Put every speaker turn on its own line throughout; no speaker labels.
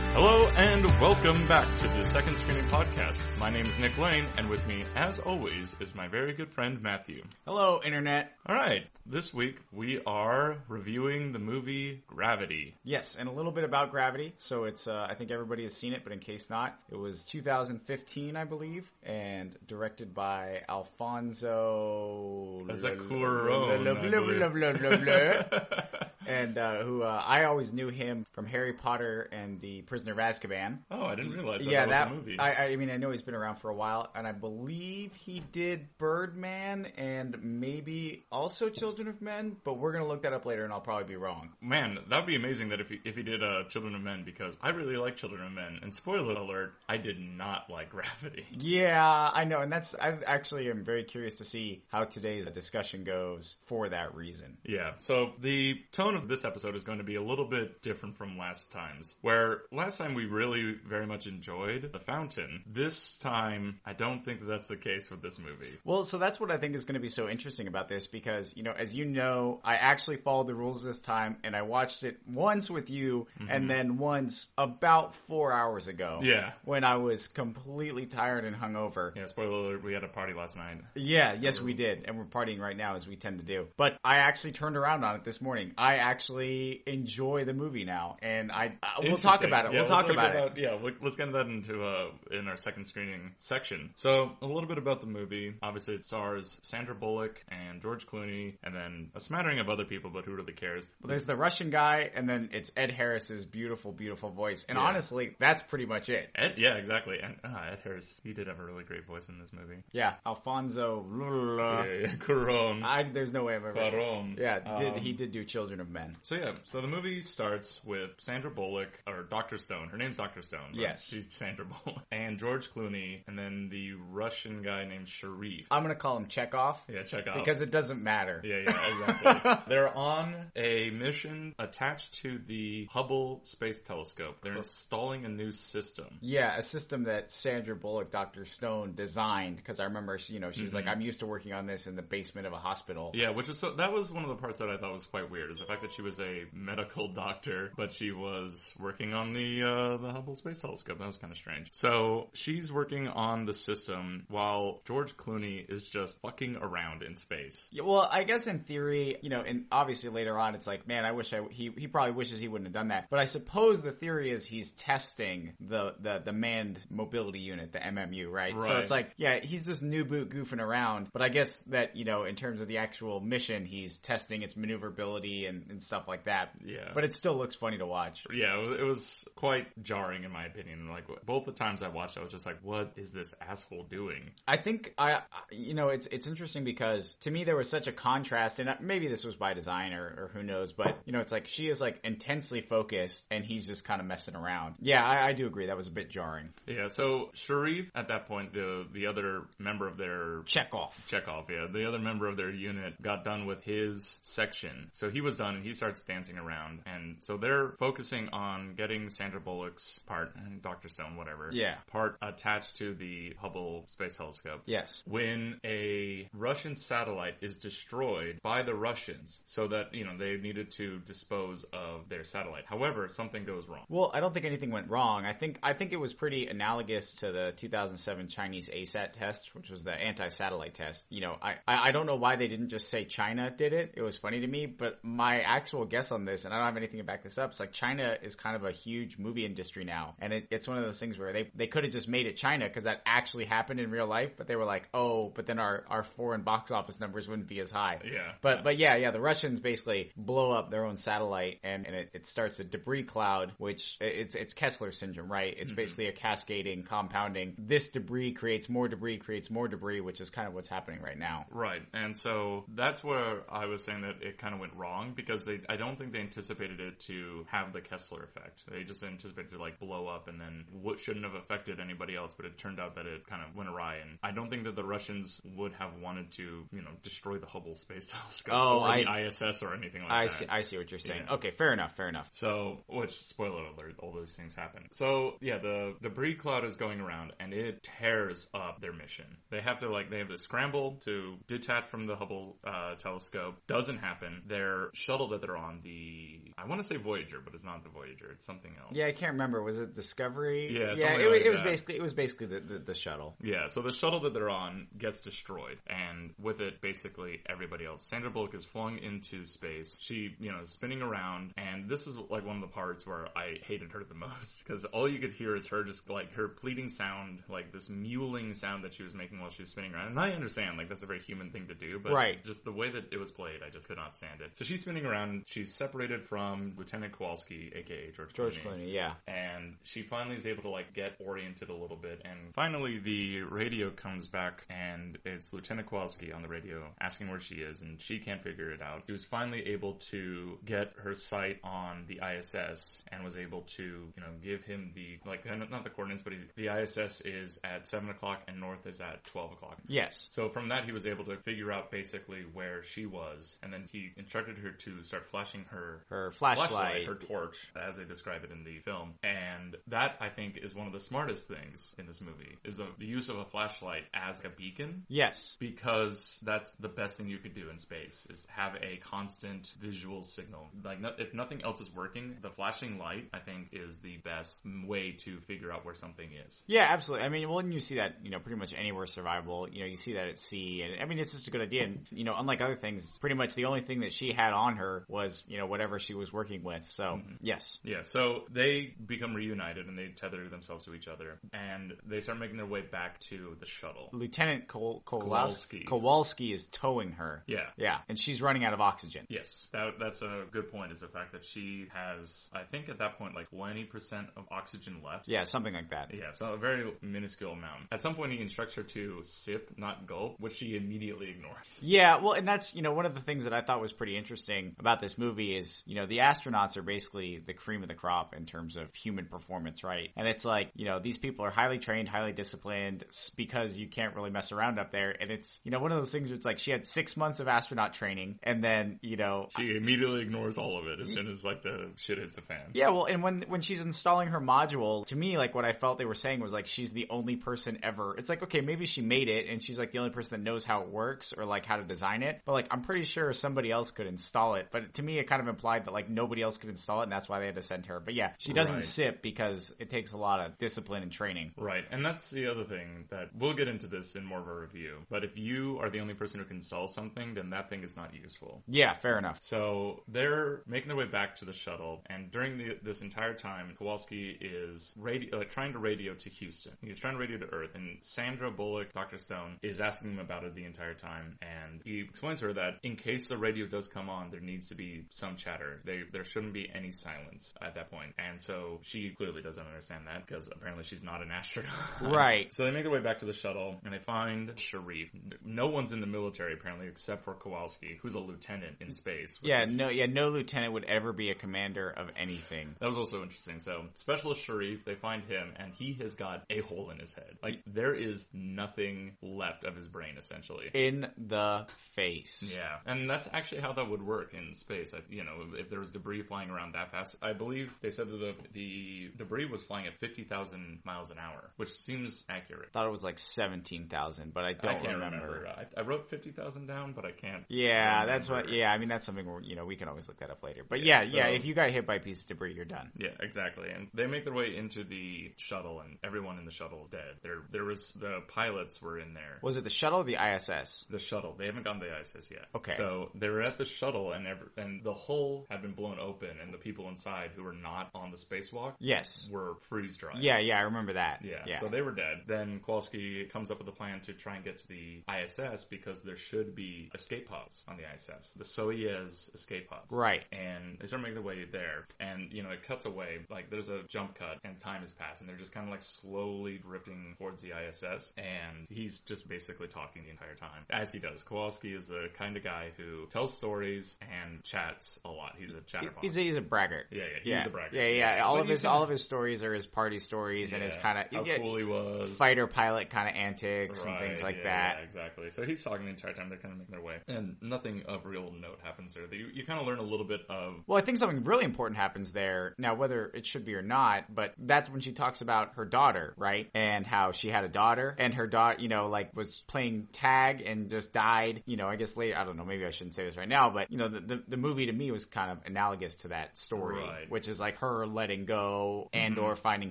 and welcome back to the Second Screening Podcast. My name is Nick Lane, and with me, as always, is my very good friend Matthew.
Hello, Internet.
All right, this week we are reviewing the movie Gravity.
Yes, and a little bit about Gravity. So it's, uh, I think everybody has seen it, but in case not, it was 2015, I believe, and directed by Alfonso.
As a Cuarón,
Blah, blah, blah,
I
blah, blah, blah, blah. And uh, who uh, I always knew him from Harry Potter and the Prisoner of Azkaban.
oh, I didn't realize that,
yeah,
was
that.
a movie.
I, I mean, I know he's been around for a while, and I believe he did Birdman and maybe also Children of Men. But we're gonna look that up later, and I'll probably be wrong.
Man, that would be amazing that if he, if he did uh, Children of Men because I really like Children of Men. And spoiler alert, I did not like Gravity.
Yeah, I know, and that's I actually am very curious to see how today's discussion goes for that reason.
Yeah. So the tone of this episode is going to be a little bit different from last time's, where last time we really very much enjoyed The Fountain. This time, I don't think that that's the case with this movie.
Well, so that's what I think is going to be so interesting about this because, you know, as you know, I actually followed the rules this time and I watched it once with you and then once about four hours ago.
Mm-hmm. Yeah.
When I was completely tired and hungover.
Yeah, spoiler alert, we had a party last night.
Yeah, yes, we did. And we're partying right now, as we tend to do. But I actually turned around on it this morning. I actually enjoy the movie now. And I, I we'll talk
Interesting.
about it.
Yeah,
we'll talk
look
about it.
Yeah, we- let's get that into uh, in our second screening section. So a little bit about the movie. Obviously, it stars Sandra Bullock and George Clooney, and then a smattering of other people, but who really cares?
There's the Russian guy, and then it's Ed Harris's beautiful, beautiful voice. And
Yeah.
honestly, that's pretty much it.
Ed, yeah, exactly. And uh, Ed Harris, he did have a really great voice in this movie.
Yeah, Alfonso.
yeah, yeah, Caron.
I, there's no way I've ever.
Caron.
Yeah, did,
Um,
he did do Children of Men.
So yeah, so the movie starts with Sandra Bullock or Dr. Stone. Her name's Dr. Stone. right?
Yes.
she's Sandra Bullock and George Clooney, and then the Russian guy named Sharif.
I'm gonna call him Chekhov
Yeah, check out
because it doesn't matter.
Yeah, yeah, exactly. They're on a mission attached to the Hubble Space Telescope. They're installing a new system.
Yeah, a system that Sandra Bullock, Dr. Stone designed because I remember, she, you know, she's
Mm-hmm.
like, I'm used to working on this in the basement of a hospital.
Yeah, which is so that was one of the parts that I thought was quite weird is the fact that she was a medical doctor, but she was working on the uh, the Hubble Space Telescope. That was kind of strange. So she's working on the system while George Clooney is just fucking around in space.
Yeah, well, I guess in theory, you know, and obviously later on, it's like, man, I wish I he he probably wishes he wouldn't have done that. But I suppose the theory is he's testing the the the manned mobility unit, the MMU, right? So
Right.
it's like, yeah, he's just new boot goofing around. But I guess that you know, in terms of the actual mission, he's testing its maneuverability and and stuff like that.
Yeah.
But it still looks funny to watch.
Yeah, it was- it was quite jarring in my opinion. Like both the times I watched, I was just like, "What is this asshole doing?"
I think I, you know, it's it's interesting because to me there was such a contrast, and maybe this was by design or, or who knows, but you know, it's like she is like intensely focused, and he's just kind of messing around. Yeah, I, I do agree that was a bit jarring.
Yeah, so Sharif at that point, the the other member of their
Check off.
Chekhov, yeah, the other member of their unit got done with his section. So he was done and he starts dancing around. And so they're focusing on getting Sandra Bullock's part, and Dr. Stone, whatever,
Yeah.
part attached to the Hubble Space Telescope.
Yes.
When a Russian satellite is destroyed by the Russians, so that, you know, they needed to dispose of their satellite. However, something goes wrong.
Well, I don't think anything went wrong. I think I think it was pretty analogous to the 2007 Chinese ASAT test, which was the anti-satellite test. You know, I I I don't know why they didn't just say China did it. It was funny to me, but my actual guess on this, and I don't have anything to back this up, it's like China is kind of a huge movie industry now, and it, it's one of those things where they they could have just made it China because that actually happened in real life, but they were like, oh, but then our our foreign box office numbers wouldn't be as high.
Yeah.
But but yeah, yeah, the Russians basically blow up their own satellite, and, and it, it starts a debris cloud, which it's it's Kessler syndrome, right? It's
Mm-hmm.
basically a cascading, compounding. This debris creates more debris, creates more debris, which is kind of what's happening right now.
Right, and so that's where I was saying that it kind of went wrong because they, I don't think they anticipated it to have the Kessler effect. They just anticipated it to like blow up and then what shouldn't have affected anybody else, but it turned out that it kind of went awry. And I don't think that the Russians would have wanted to, you know, destroy the Hubble Space Telescope
Oh,
or the ISS or anything like
I
that.
see, I see what you're saying.
Yeah.
Okay, fair enough, fair enough.
So, which spoiler alert, all those things happen. So, yeah, the debris cloud is going around and it tears up their mission. They have to like they have to scramble to detach from the Hubble uh, telescope. Doesn't happen. Their shuttle level that they're on, the I want to say Voyager, but it's not the Voyager. It's something else.
Yeah, I can't remember. Was it Discovery?
Yeah,
yeah.
something
It,
like
it was
that.
basically it was basically the, the, the shuttle.
Yeah, so the shuttle that they're on gets destroyed, and with it, basically everybody else. Sandra Bullock is flung into space. She, you know, is spinning around, and this is like one of the parts where I hated her the most because all you could hear is her just like her pleading sound, like this mewling sound that she was making while she was spinning around. And I understand, like that's a very human thing to do, but
Right.
just the way that it was played, I just could not stand it. So she's spinning around. She's separated from Lieutenant Kowalski, aka George,
George Clooney. Yeah.
and she finally is able to like get oriented a little bit and finally the radio comes back and it's lieutenant kowalski on the radio asking where she is and she can't figure it out she was finally able to get her sight on the iss and was able to you know give him the like not the coordinates but he's, the iss is at 7 o'clock and north is at 12 o'clock
Yes.
so from that, he was able to figure out basically where she was, and then he instructed her to start flashing her
Her
flashlight,
flashlight.
her torch, as they describe it in the film. And that I think is one of the smartest things in this movie is the, the use of a flashlight as a beacon.
Yes.
Because that's the best thing you could do in space is have a constant visual signal. Like no, if nothing else is working, the flashing light I think is the best way to figure out where something is.
Yeah, absolutely. I mean, well, and you see that, you know, pretty much anywhere survival, you know, you see that at sea. And I mean, it's just a good idea. And, you know, unlike other things, pretty much the only thing that she had on her was, you know, whatever she was working with. So, yes.
Yeah, so they become reunited and they tether themselves to each other and they start making their way back to the shuttle.
Lieutenant Kowal-
Kowalski.
Kowalski. Kowalski is towing her.
Yeah.
Yeah. And she's running out of oxygen.
Yes, that, that's a good point. Is the fact that she has, I think, at that point, like twenty percent of oxygen left.
Yeah, something like that.
Yeah, so a very minuscule amount. At some point, he instructs her to sip, not gulp, which she immediately ignores.
Yeah, well, and that's, you know, one of the things that I thought was pretty interesting about this movie is, you know, the astronauts are basically the cream of the crop in terms of human performance, right? And it's like, you know, these people are highly trained, highly disciplined s- because you can't really mess around up there. And it's, you know, one of those things where it's like she had six months of astronaut training and then, you know,
She immediately ignores all of it as soon as like the shit hits the fan.
yeah, well, and when when she's installing her module, to me, like what I felt they were saying was like she's the only person ever. It's like okay, maybe she made it, and she's like the only person that knows how it works or like how to design it. But like I'm pretty sure somebody else could install it. But to me, it kind of implied that like nobody else could install it, and that's why they had to send her. But yeah, she doesn't
Right.
sip because it takes a lot of discipline and training.
Right, and that's the other thing that we'll get into this in more of a review. But if you are the only person who can install something, then that thing is not useful.
Yeah, fair enough.
So they're making their way back to the shuttle, and during the, this entire time, Kowalski is radio, uh, trying to radio to Houston. He's trying to radio to Earth, and Sandra Bullock, Dr. Stone, is asking him about it the entire time, and he explains to her that in case the radio does come on, there needs to be some chatter. They, there shouldn't be any silence at that point. And so she clearly doesn't understand that, because apparently she's not an astronaut.
Right.
So they make their way back to the shuttle and they find Sharif. No one's in the military apparently except for Kowalski, who's a lieutenant in space. which
Yeah,
is-
no, yeah, no lieutenant would ever be a commander of anything.
That was also interesting. So Specialist Sharif, they find him and he has got a hole in his head. Like there is nothing left of his brain essentially.
In the face.
Yeah, and that's actually how that would work in space. I, you know, if there was debris flying around that fast, I believe they said that the, the debris was flying at fifty thousand miles an hour, which seems accurate.
Thought it was like seventeen thousand, but I don't
I can't
remember.
remember. I, I wrote fifty thousand down, but I can't.
Yeah,
remember.
that's what. Yeah, I mean that's something where you know we can always look that up later. But
Um, Yeah,
yeah, yeah,
so-
if you got hit by a piece of debris, you're done.
Yeah, exactly. And they make their way into the shuttle, and everyone in the shuttle is dead. There, there was the pilots were in there.
Was it the shuttle or the ISS?
The shuttle. They haven't gone to the ISS yet.
Okay.
So they were at the shuttle, and ever, and the hull had been blown open, and the people inside who were not on the spacewalk
Yes.
were freeze dried.
Yeah, yeah, I remember that.
Yeah,
yeah.
so they were dead. Then Kowalski comes up with a plan to try and get to the ISS because there should be escape pods on the ISS, the Soyuz escape pods.
right.
and they start making their way there and you know it cuts away like there's a jump cut and time has passed and they're just kind of like slowly drifting towards the ISS and he's just basically talking the entire time as he does Kowalski is the kind of guy who tells stories and chats a lot he's a chatterbox
He's a, he's a braggart.
yeah yeah he's
yeah.
a braggart
Yeah, yeah. All
But
of
you
his
can-
all of his stories are his party stories and his
yeah,
kind
how
of yeah,
cool he was
fighter pilot kind of antics and things
Right,
like
yeah,
that.
yeah, exactly. So he's talking the entire time. They're kind of making their way, and nothing of real note happens there. You, you kind of learn a little bit of
Well, I think something really important happens there. Now, whether it should be or not, but that's when she talks about her daughter, right? And how she had a daughter and her daughter, you know, like was playing tag and just died, you know, I guess later, I don't know, maybe I shouldn't say this right now, but you know, the, the the, the movie to me was kind of analogous to that story,
Right. Mm-hmm.
which is like her letting go and or finding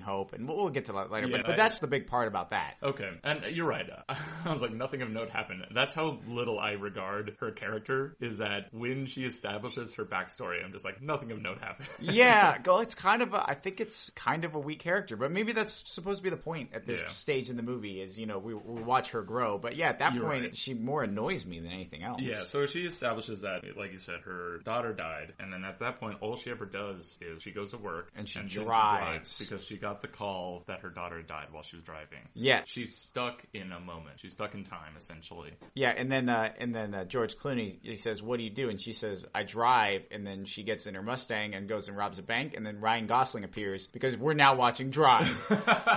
hope, and we'll, we'll get to that later.
Yeah,
but, but
I-
that's the big part about that.
Okay, and you're right. I was like, nothing of note happened. That's how little I regard her character is that when she establishes her backstory, I'm just like, nothing of note happened.
yeah, go. It's kind of a. I think it's kind of a weak character, but maybe that's supposed to be the point at this
Yeah.
stage in the movie. Is you know we, we watch her grow, but yeah, at that
You're
point
right.
she more annoys me than anything else.
Yeah, so she establishes that, like you said, her daughter died, and then at that point, all she ever does is she goes to work
And she
then
drives.
because she got the call that her daughter died while she was driving.
Yeah,
She's stuck in a moment. She's stuck in time, essentially.
yeah, and then uh, and then uh, George Clooney he says, "What do you do?" And she says, "I drive." And then she gets in her Mustang and goes and robs a bank. And then Ryan Gosling appears because we're now watching Drive.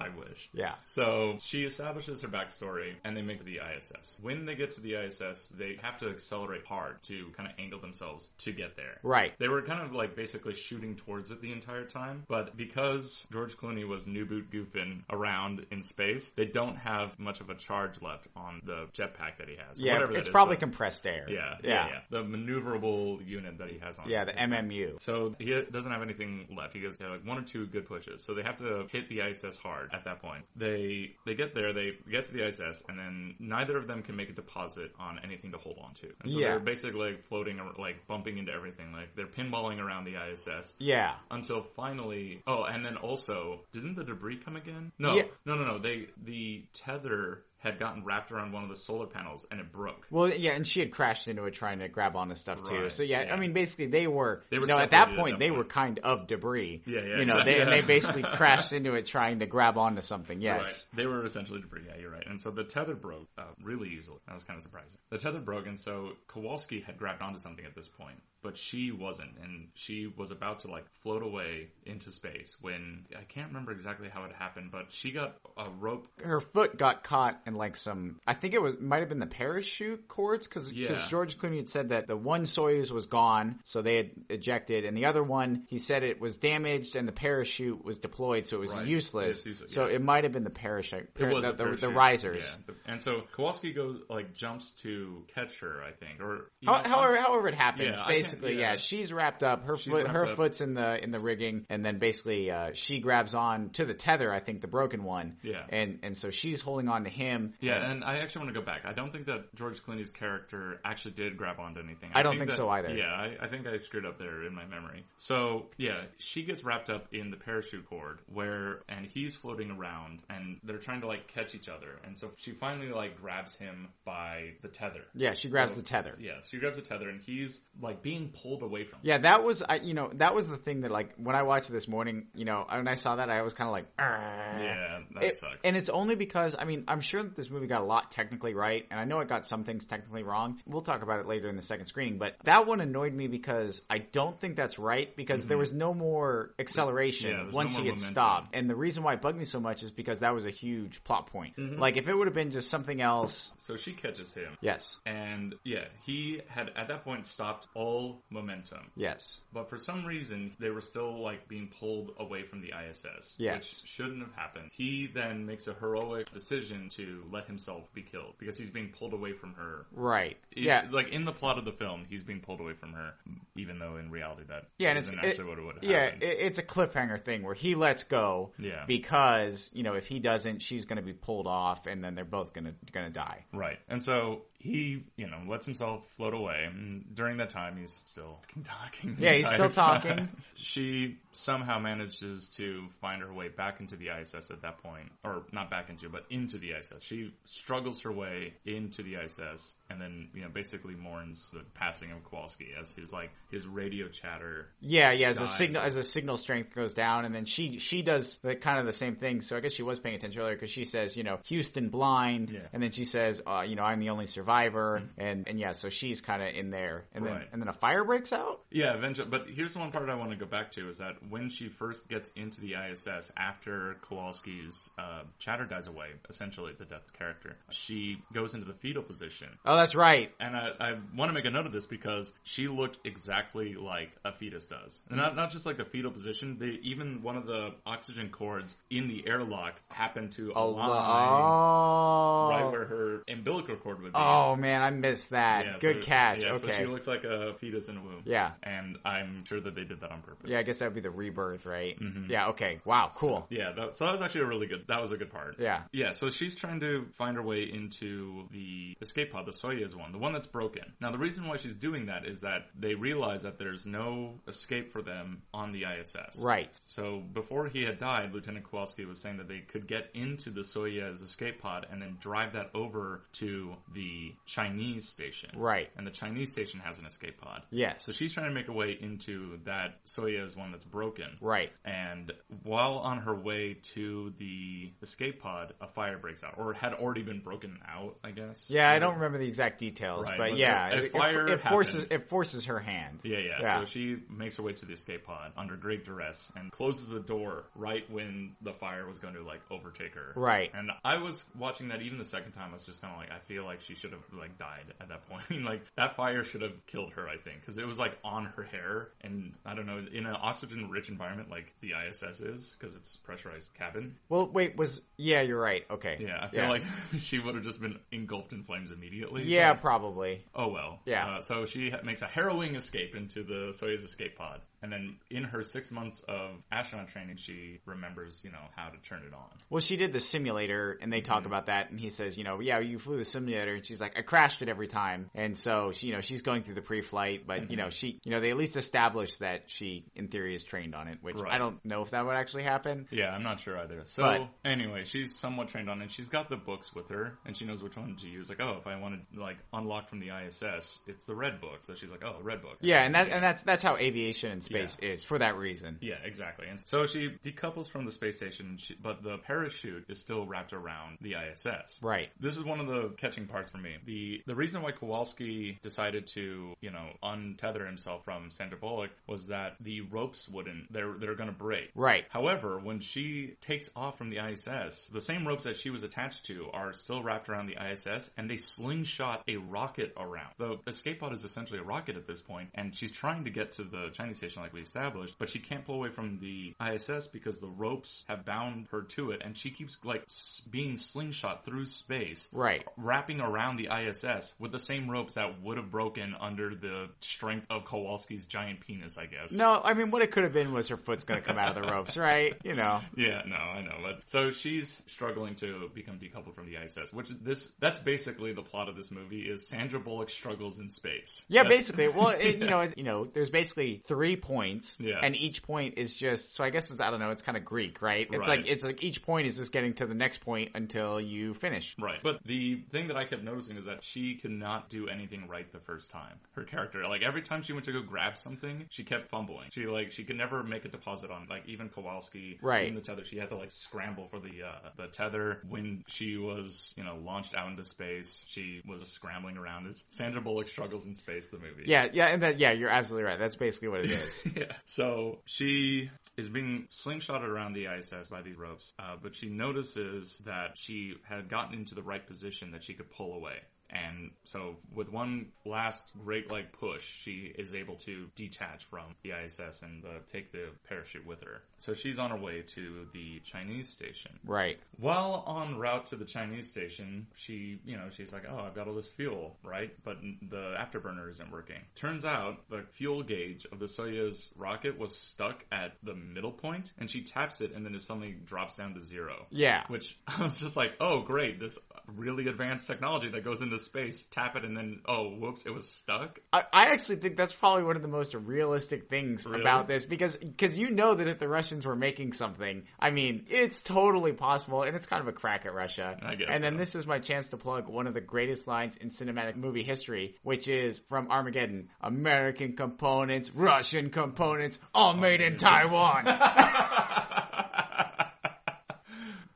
I wish.
yeah,
So she establishes her backstory and they make the ISS. When they get to the ISS, they have to accelerate hard to kind of angle themselves to get there.
right.
They were kind of like basically shooting towards it the entire time, but because George Clooney was new boot goofing around in space, they don't have much of a charge left on the jetpack that he has. or
Yeah,
whatever that
it's
is,
probably
the-
compressed air.
yeah, yeah,
yeah,
yeah. The maneuverable unit that he has on.
yeah. The MMU.
So he doesn't have anything left. He gets uh, like one or two good pushes. So they have to hit the ISS hard at that point. They they get there, they get to the ISS, and then neither of them can make a deposit on anything to hold on to. And so
Yeah.
they're basically like floating, or, like bumping into everything. Like they're pinballing around the ISS
Yeah.
until finally. Oh, and then also, didn't the debris come again? No,
Yeah.
no, no, no. They the tether had gotten wrapped around one of the solar panels and it broke.
Well, yeah, and she had crashed into it trying to grab onto stuff too.
Right,
So yeah,
yeah.
I mean, basically they were,
They were
you know, at
separated
that
at
point
that
they
point.
were kind of debris.
Yeah, yeah,
you know,
exactly.
they and they
Yeah.
basically crashed into it trying to grab onto something.
You're
Yes.
right. They were essentially debris. Yeah, you're right. And so the tether broke uh, really easily. That was kind of surprising. The tether broke, and so Kowalski had grabbed onto something at this point, but she wasn't. And she was about to, like, float away into space when I can't remember exactly how it happened, but she got a rope.
her foot got caught in like some I think it was might have been the parachute cords because
Yeah.
George Clooney had said that the one Soyuz was gone so they had ejected and the other one he said it was damaged and the parachute was deployed so it was
Right.
useless
It's useless,
so
yeah.
it might have been the parachute
It was
the,
a
the, the
parachute.
risers
Yeah. And so Kowalski goes, like, jumps to catch her, I think. Or, you
How,
know,
however, however it happens,
Yeah, I can't-
basically, yeah.
yeah.
she's wrapped up. Her
She's
foot,
wrapped
her
up.
foot's in the in the rigging, and then basically uh, she grabs on to the tether. I think the broken one,
Yeah.
and and so she's holding on to him.
Yeah, and I actually want to go back. I don't think that George Clooney's character actually did grab onto anything.
I don't think so either.
Yeah, I, I think I screwed up there in my memory. So yeah, she gets wrapped up in the parachute cord where, and he's floating around, and they're trying to like catch each other, and so she finally like grabs him by the tether.
Yeah, she grabs the tether.
Yeah, she grabs the tether, and he's like being pulled away from.
Yeah, that was I. You know, that was the thing that like when I watched it this morning. You know, when I saw that, I was kind of like, "Argh."
yeah, that
It-
sucks.
And it's only because I mean I'm sure that this movie got a lot technically right, and I know it got some things technically wrong. We'll talk about it later in the second screening, but that one annoyed me because I don't think that's right because there was no more acceleration
Mm-hmm. Yeah, there's no
once
more
he had
momentum.
stopped. And the reason why it bugged me so much is because that was a huge plot point.
Mm-hmm.
Like if it would have been just something else,
so she catches him.
yes,
And yeah, he had at that point stopped all momentum.
yes,
But for some reason, they were still like being pulled away from the ISS,
Yes.
which shouldn't have happened. He then makes a heroic decision to let himself be killed because he's being pulled away from her.
right,
It-
yeah.
like in the plot of the film, he's being pulled away from her, even though in reality that
Yeah, and it's-
isn't
it-
actually what would have
Yeah, it,
happened.
it's a cliffhanger thing where he lets go
Yeah.
because you know if he doesn't, she's going to be pulled off, and then they're both going to going to die.
Right, and so he, you know, lets himself float away. And during that time, he's still fucking talking. the
Yeah, he's
entire
still
time.
talking.
she somehow manages to find her way back into the ISS at that point, or not back into, but into the ISS. She struggles her way into the ISS, and then you know, basically mourns the passing of Kowalski as his like his radio chatter.
Yeah, yeah. As the
Dies.
signal as the signal strength goes down, and then she she does the kind of the same thing. So I guess she was paying attention earlier because she says, you know, Houston blind,
Yeah. Mm-hmm.
and then she says, uh, you know, I'm the only survivor, and and yeah, so she's kind of in there, and then
Right.
and then a fire breaks out.
Yeah, eventually. But here's the one part I want to go back to is that when she first gets into the ISS after Kowalski's uh, chatter dies away, essentially the death character, she goes into the fetal position.
Oh, that's right.
And I, I want to make a note of this because she looked exactly like a fetus does.
Mm-hmm.
And not, not just like the fetal position, they, even one of the oxygen cords in the airlock happened to
Oh,
align
lo- oh.
right where her umbilical cord would be.
Oh man, I missed that.
Yeah,
Good
so-
catch.
Yeah, so
okay.
she looks like a fetus in a womb.
yeah.
And I'm sure that they did that on purpose.
Yeah, I guess that would be the rebirth, right?
Mhm.
Yeah, okay. Wow, cool.
Yeah, that, so that was actually a really good, that was a good part.
Oh. Yeah.
Yeah, so she's trying to find her way into the escape pod, the Soyuz one, the one that's broken. Now, the reason why she's doing that is that they realize that there's no escape for them on the ISS.
Right.
So before he had died, Lieutenant Kowalski was saying that they could get into the Soyuz escape pod and then drive that over to the Chinese station.
Right.
And the Chinese station has an escape pod.
Yes.
So she's trying to make a way into that Soyuz one that's broken.
right.
And while on her way to the escape pod, a fire breaks out, or had already been broken out, I guess.
Yeah, I don't remember the exact details,
Right,
but
but
yeah,
a- a
it, it-
fire
it forces
happened.
it forces her hand.
Yeah, yeah,
Yeah.
So she makes her way to the escape pod under great duress and closes the door right when the fire was going to like overtake her.
Right.
And I was watching that even the second time. I was just kind of like, I feel like she should have like died at that point. like that fire should have killed her, I think, because it was like on her hair, and I don't know, in an oxygen-rich environment like the ISS is, because it's pressurized cabin.
Well, wait, was yeah, you're right. Okay.
Yeah, I feel
Yeah.
like she would have just been engulfed in flames immediately.
Yeah,
but-
probably.
oh well.
Yeah.
Uh, so she ha- makes a harrowing escape into the Soyuz escape pod, and then in her six months of astronaut training, she remembers, you know, how to turn it on.
Well, she did the simulator, and they talk
Mm-hmm.
about that, and he says, you know, yeah, you flew the simulator, and she's like, I crashed it every time, and so she, you know, she's going through the pre-flight, but
Mm-hmm.
you know, she, you know, they at least established that she, in theory, is trained on it, which
Right.
I don't know if that would actually happen.
Yeah, I'm not sure either. So
But-
anyway, she's somewhat trained on it. She's got the books with her, and she knows which one to use. Like, oh, if I want to like unlock from the ISS, it's the red book. So she's like, oh, red book.
Yeah, and that and that's that's how aviation in space is for that reason.
Yeah, exactly. And so she decouples from the space station, she, but the parachute is still wrapped around the ISS.
Right.
This is one of the catching parts for me. The the reason why Kowalski decided to, you know, untether himself from Sandra Bullock was that the ropes wouldn't they're they're going to break.
Right.
However, when she takes off from the ISS, the same ropes that she was attached to are still wrapped around the ISS, and they slingshot a rocket around. The escape pod is essentially a rocket at this point, and she's trying to get to the Chinese station like we established, but she can't pull away from the ISS because the ropes have bound her to it, and she keeps like s- being slingshot through space.
Right.
Wrapping around the ISS with the same ropes that would have broken under the strength of Kowalski's giant penis, I guess.
No, I mean, what it could have been was her foot's going to come out of the ropes, right? You know.
Yeah, no, I know. But so she's struggling to become decoupled from the ISS, which is this that's basically the plot of this movie is Sandra Bullock struggles in space.
Yeah,
That's-
basically. Well, it, you know, it, you know, there's basically three points,
Yeah.
and each point is just. So I guess it's I don't know. It's kind of Greek, right? It's
Right.
like it's like each point is just getting to the next point until you finish.
Right. But the thing that I kept noticing is that she could not do anything right the first time. Her character, like every time she went to go grab something, she kept fumbling. She like she could never make a deposit on like even Kowalski,
Right.
Even the tether, she had to like scramble for the uh, the tether when she was you know launched out into space. She was scrambling around. It's Sandra Bullock struggles in space. The movie.
Yeah, yeah, and that yeah, you're absolutely right. That's basically what it is.
yeah. So she is being slingshotted around the ISS by these ropes, uh, but she notices that she had gotten into the right position that she could pull away. And so, with one last great like push, she is able to detach from the ISS and uh, take the parachute with her. So she's on her way to the Chinese station.
right.
While en route to the Chinese station, she, you know, she's like, "Oh, I've got all this fuel, right?" But n- the afterburner isn't working. Turns out the fuel gauge of the Soyuz rocket was stuck at the middle point, and she taps it, and then it suddenly drops down to zero.
Yeah.
Which I was just like, "Oh, great! This really advanced technology that goes into space. Tap it, and then oh, whoops, it was stuck."
I, I actually think that's probably one of the most realistic things
Really?
about this because because you know that if the Russians were making something, I mean, it's totally possible, and it's kind of a crack at Russia.
I guess
And then
so.
this is my chance to plug one of the greatest lines in cinematic movie history, which is from Armageddon: "American components, Russian components, all made in Taiwan."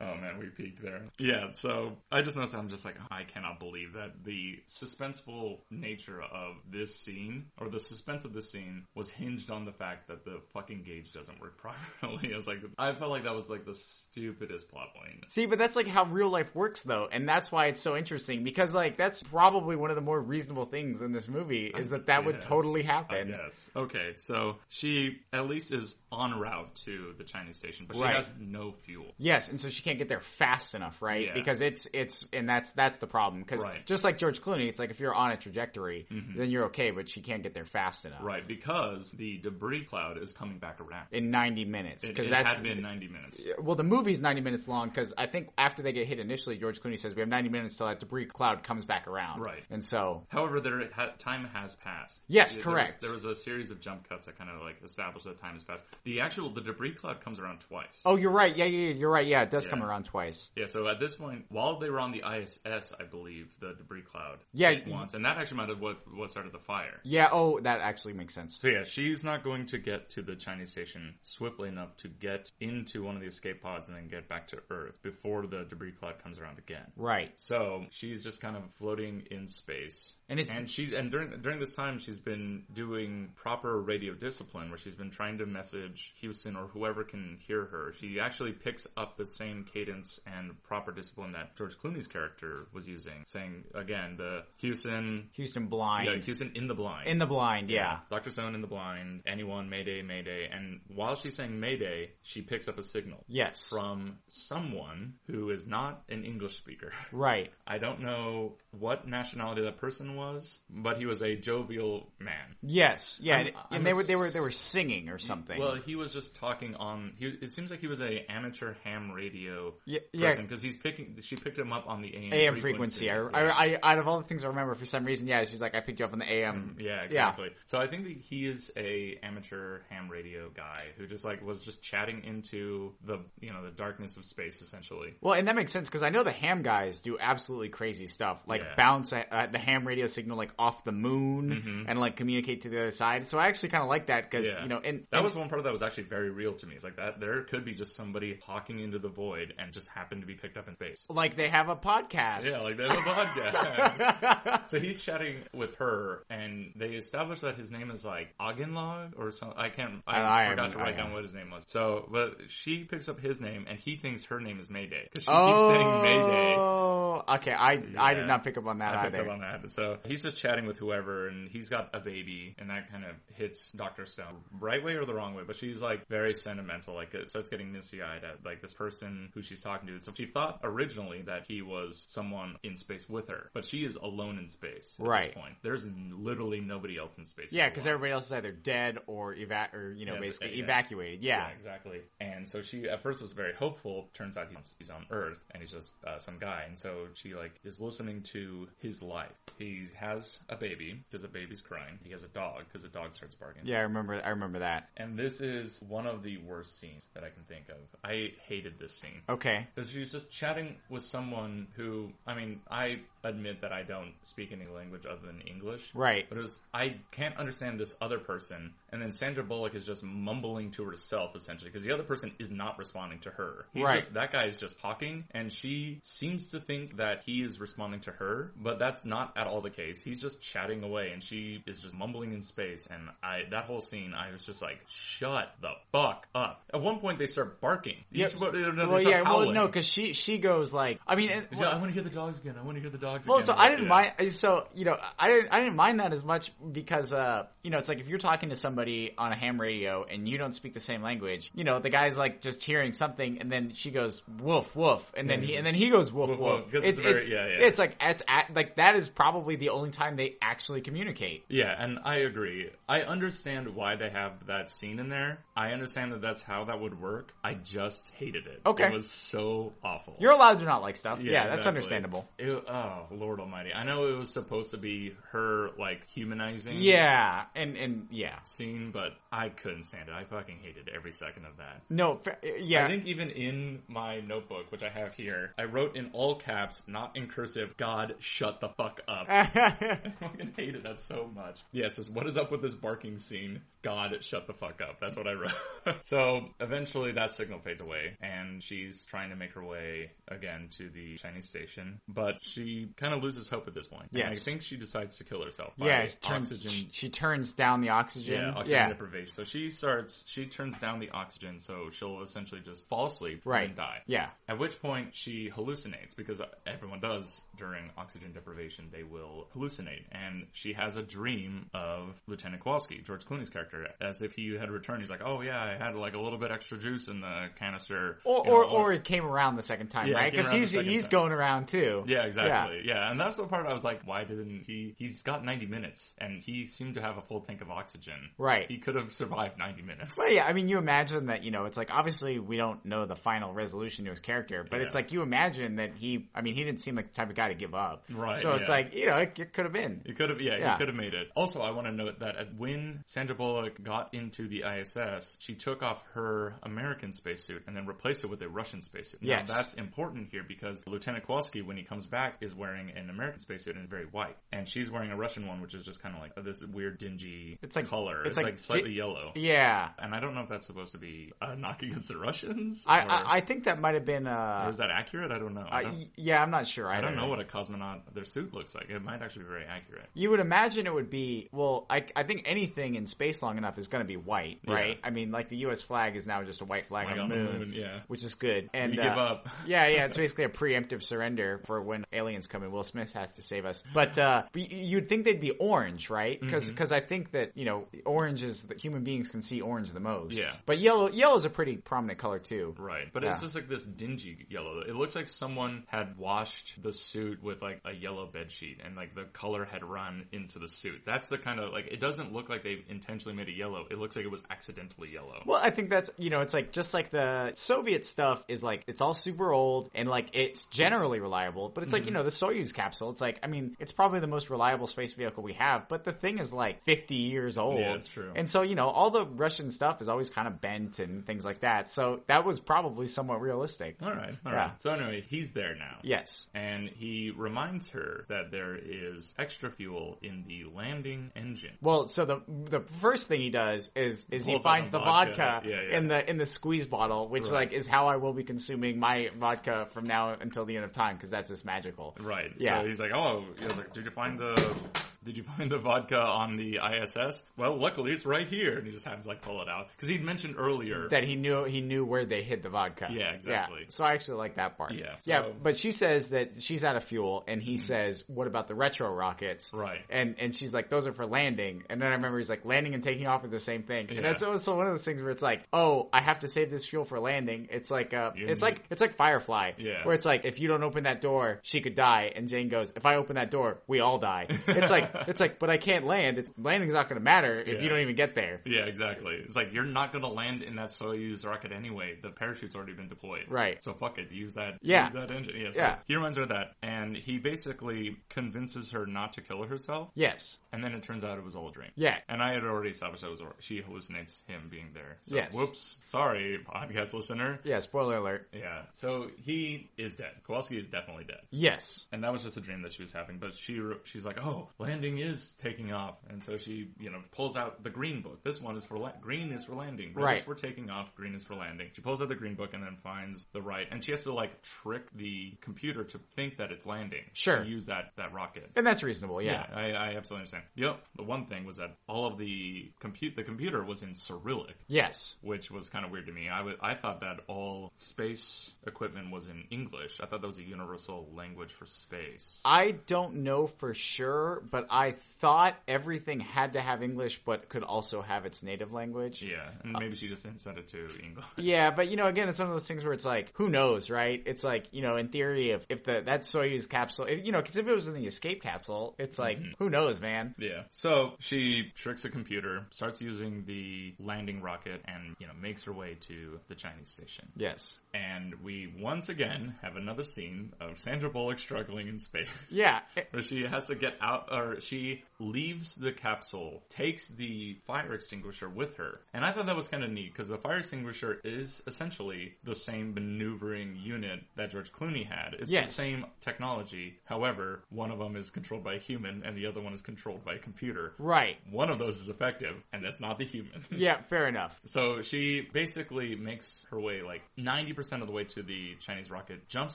Oh man, we peaked there. Yeah, so I just noticed that I'm just like, I cannot believe that the suspenseful nature of this scene, or the suspense of this scene, was hinged on the fact that the fucking gauge doesn't work properly. I was like, I felt like that was like the stupidest plot point.
See, but that's like how real life works, though, and that's why it's so interesting because like that's probably one of the more reasonable things in this movie is that that would
Yes,
totally
I
happen.
guess. Okay, so she at least is en route to the Chinese station, but she
Right.
has no fuel.
Yes, and so she can't get there fast enough, right?
Yeah.
Because it's it's and that's that's the problem. Because
Right.
just like George Clooney, it's like if you're on a trajectory,
Mhm.
then you're okay, but she can't get there fast enough
Right, because the debris cloud is coming back around.
in 90 minutes.
It,
Because
it
that's
had been 90 minutes.
well, the movie's 90 minutes long because I think after they get hit initially, George Clooney says we have 90 minutes till that debris cloud comes back around.
Right.
And so,
However, there ha- time has passed.
Yes,
There was-
correct.
There was, a series of jump cuts that kind of like established that time has passed. The actual the debris cloud comes around twice.
oh, you're right. Yeah, yeah, yeah, you're right. Yeah, it does
Yeah.
come around twice.
Yeah, so at this point, while they were on the ISS, I believe the debris cloud
Yeah,
hit
y-
once, and that actually might have what what started the fire.
Yeah. Oh, that actually makes sense.
So yeah, she's not going to get to the Chinese station swiftly enough to get into one of the escape pods and then get back to Earth before the debris cloud comes around again.
Right.
So she's just kind of floating in space,
And it's-
and she's and during during this time she's been doing proper radio discipline where she's been trying to message Houston or whoever can hear her. She actually picks up the same cadence and proper discipline that George Clooney's character was using, saying again the Houston,
Houston blind.
yeah, Houston in the blind,
In the blind. Yeah.
Dr. Stone in the blind, anyone, Mayday, Mayday. And while she's saying Mayday, she picks up a signal
Yes.
from someone who is not an English speaker.
Right.
I don't know what nationality that person was, but he was a jovial man.
Yes. Yeah.
I'm-
and
I'm
and they
a
were they were
s-
they were singing or something.
Well, he was just talking on. He, it seems like he was a amateur ham radio
yeah. yeah.
person because he's picking. She picked him up on the AM,
AM frequency. I,
Yeah.
I, I, out of all the things I remember, for some reason, yeah, she's like, I picked you up on the AM.
Yeah, exactly. So I think that he is a amateur ham radio guy who just like was just chatting into the you know the darkness of space essentially.
Well, and that makes sense because I know the ham guys do absolutely crazy stuff, like
Yeah.
bounce a, uh, the ham radio signal like off the moon
Mhm.
and like communicate to the other side. So I actually kind of like that because
Yeah.
you know, and
That
and-
was one part that was actually very real to me. It's like that there could be just somebody hawking into the void and just happened to be picked up in space.
like they have a podcast.
Yeah, like there's a podcast. so he's chatting with her, and they establish that his name is like Agenlog or something. I can't. I,
I- I
forgot to
haven't- I
write down
haven't.
what his name was. So, but she picks up his name, and he thinks her name is Mayday because she keeps
oh,
saying Mayday.
Okay, I I
Yeah.
did not pick up on that
I picked
either.
up on that. So he's just chatting with whoever, and he's got a baby, and that kind of hits Doctor Stone right way or the wrong way. But she's like very sentimental, like it starts getting misty eyed at like this person who she's talking to. So she thought originally that he was someone in space with her, but she is alone in space at
Right.
this point. There's n- literally nobody else in space. with
yeah,
her
because everybody else is either dead or eva- or you know
Yes,
basically
yeah.
evacuated. Yeah.
exactly. And so she at first was very hopeful. Turns out he's, he's on Earth and he's just uh, some guy. And so she like is listening to his life. He has a baby because the baby's crying. He has a dog because the dog starts barking.
yeah, I remember I remember that.
And this is one of the worst scenes that I can think of. I hated this scene.
Okay,
Because she was just chatting with someone who, I mean, I admit that I don't speak any language other than English.
right.
But it was, I can't understand this other person. And then Sandra Bullock is just mumbling to herself, essentially, because the other person is not responding to her. He's
Right.
just, that guy is just talking, and she seems to think that he is responding to her, but that's not at all the case. He's just chatting away, and she is just mumbling in space. And I, that whole scene, I was just like, shut the fuck up. At one point, they start barking.
Yeah.
Each- they start
Well, yeah, well,
howling.
no, because she she goes like, I mean, and-
She's like, I want to hear the dogs again. I want to hear the dogs
Well,
again.
so I didn't
Yeah.
mind. So you know, I didn't. I didn't mind that as much because uh, you know, it's like if you're talking to somebody on a ham radio and you don't speak the same language, you know, the guy's like just hearing something, and then she goes woof woof, and then he and then he goes woof
Mm-hmm. Woof,
woof.
woof, 'cause it's very- yeah, yeah.
It's like it's at, like that is probably the only time they actually communicate.
Yeah, and I agree. I understand why they have that scene in there. I understand that that's how that would work. I just hated it.
Okay.
It was so awful.
You're allowed to not like stuff. Yeah, that's
exactly.
understandable.
It- oh, Lord Almighty. I know it was supposed to be her, like, humanizing
Yeah, and and yeah,
scene, but I couldn't stand it. I fucking hated every second of that.
no, fa- yeah.
I think even in my notebook, which I have here, I wrote in all caps, not in cursive, God, shut the fuck up. I fucking hated that so much. Yes, it's what is up with this barking scene? God, shut the fuck up. That's what I wrote. so eventually that signal fades away and she's trying to make her way again to the Chinese station, but she kind of loses hope at this point. And I
Yes.
think she decides to kill herself. By
yeah, she turns,
oxygen.
she turns down the oxygen.
Yeah, oxygen deprivation. So she starts. She turns down the oxygen, so she'll essentially just fall asleep
Right.
and die.
yeah.
At which point she hallucinates because everyone does during oxygen deprivation. They will hallucinate, and she has a dream of Lieutenant Kowalski, George Clooney's character, as if he had returned. He's like, "Oh yeah, I had like a little bit extra juice in the canister."
Or,
you know,
or, or it came around the second time,
Yeah, it
right?
came
Because
around the
he's
second
he's
time.
going around too.
Yeah, exactly. Yeah. and that's the part I was like, why didn't he? He's got 90 minutes, and he seemed to have a full tank of oxygen.
Right.
He could have survived 90 minutes.
Well, yeah, I mean, you imagine that, you know, it's like obviously we don't know the final resolution to his character, but it's
Yeah.
like you imagine that he, I mean, he didn't seem like the type of guy to give up.
Right,
So it's
yeah.
like, you know, it, it could have been.
It could have, yeah,
Yeah.
he could have made it. Also, I want to note that at- when Sandra Bullock got into the ISS, she took off her American spacesuit and then replaced it with a Russian spacesuit. Now,
Yes.
that's important here because Lieutenant Kowalski, when he comes back, is wearing an American spacesuit and is very white, and she's wearing a Russian one, which is just kind of like this weird dingy
It's like-
color.
it's
It's,
like
like, slightly
di-
yellow.
Yeah.
And I don't know if that's supposed to be a knock against the Russians.
I,
or-
I, I think that might have been,
or
uh,
is that accurate? I don't know. I
I-
don't,
yeah, I'm not sure.
Uh-huh. I don't know what a cosmonaut their suit looks like. It might actually be very accurate.
You would imagine it would be well. I, I think anything in space long enough is going to be white,
Yeah.
right? I mean, like the U.S. flag is now just a white flag
Like
on the moon,
yeah.
which is good. And
we
uh,
give up.
yeah, yeah, it's basically a preemptive surrender for when aliens come and Will Smith has to save us. But uh, but y- you'd think they'd be orange, right? Because
Mhm.
I think that you know orange is that human beings can see orange the most.
Yeah.
But yellow yellow is a pretty prominent color too.
Right, but
Yeah.
it's just like this dingy yellow. It looks like someone had washed the suit with like a yellow bed sheet, and like the color had run into the suit. That's the kind of like it doesn't look like they intentionally made it yellow. It looks like it was accidentally yellow.
Well, I think that's you know, it's like just like the Soviet stuff is like it's all super old and like it's generally reliable, but it's like
Mm-hmm.
you know the Soyuz capsule. It's like I mean, it's probably the most reliable space vehicle we have, but the thing is like 50 years old.
Yeah, it's true.
And so you know, all the Russian stuff is always kind of bent and things like that. So that was probably somewhat realistic.
All right, all right.
Yeah.
So anyway, he's there now.
Yes.
And he reminds her that there is extra fuel in the landing engine.
Well, so the the first thing he does is is he
Pulls out
finds the
the
vodka,
vodka. Yeah, yeah.
in the in the squeeze bottle, which
Right.
like is how I will be consuming my vodka from now until the end of time because that's just magical.
Right.
Yeah.
So he's like, "Oh, he was like, did you find the did you find the vodka on the ISS? Well, luckily it's right here." And he just happens to, like pull it out because he'd mentioned earlier.
that he knew he knew where they hid the vodka.
Yeah, exactly.
So I actually like that part.
Yeah,
yeah.
so-
But she says that she's out of fuel, and he says, "What about the retro rockets?"
Right.
And and she's like, "Those are for landing." And then I remember he's like, "Landing and taking off are the same thing."
Yeah.
And that's also one of those things where it's like, "Oh, I have to save this fuel for landing." It's like uh,
You-
it's like it's like Firefly,
Yeah.
where it's like if you don't open that door, she could die. And Jane goes, "If I open that door, we all die." It's like it's like, but I can't land. It's, landing's not going to matter if you
Yeah.
don't even get there.
Yeah, exactly. It's like you're not gonna land in that Soyuz rocket anyway. The parachute's already been deployed.
Right.
So fuck it. Use that.
Yeah.
Use that engine. Yeah. So
Yeah.
He reminds her of that, and he basically convinces her not to kill herself.
Yes.
And then it turns out it was all a dream.
Yeah.
And I had already established that was she hallucinates him being there. So
Yes.
whoops, sorry, podcast listener.
Yeah. Spoiler alert.
Yeah. So he is dead. Kowalski is definitely dead.
Yes.
And that was just a dream that she was having. But she she's like, oh, landing is taking off, and so she you know pulls out the green book. This one is for la- green is for landing, red
Right.
is for taking off, green is for landing. She pulls out the green book and then finds the right, and she has to like trick the computer to think that it's landing.
Sure.
To use that that rocket.
And that's reasonable, yeah.
Yeah, I, I absolutely understand. Yep. The one thing was that all of the compute the computer was in Cyrillic,
Yes.
which was kind of weird to me. I would- I thought that all space equipment was in English. I thought that was a universal language for space.
I don't know for sure, but I thought everything had to have English but could also have its native language.
yeah, and maybe she just didn't send it to English.
Yeah, but you know, again, it's one of those things where it's like, who knows, right? It's like, you know, in theory, if, if the that Soyuz capsule, if, you know, because if it was in the escape capsule, it's like,
Mm-hmm.
who knows, man?
Yeah. So she tricks a computer, starts using the landing rocket, and you know makes her way to the Chinese station.
Yes.
And we once again have another scene of Sandra Bullock struggling in space.
Yeah. eh,
Where she has to get out, or she leaves the capsule, takes the fire extinguisher with her. And I thought that was kind of neat because the fire extinguisher is essentially the same maneuvering unit that George Clooney had. It's
Yes.
the same technology. However, one of them is controlled by a human and the other one is controlled by a computer.
Right.
One of those is effective, and that's not the human.
Yeah, fair enough.
So she basically makes her way like 90% 50% of the way to the Chinese rocket, jumps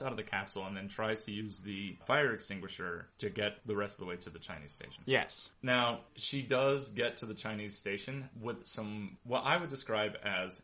out of the capsule, and then tries to use the fire extinguisher to get the rest of the way to the Chinese station.
Yes.
Now, she does get to the Chinese station with some, what I would describe as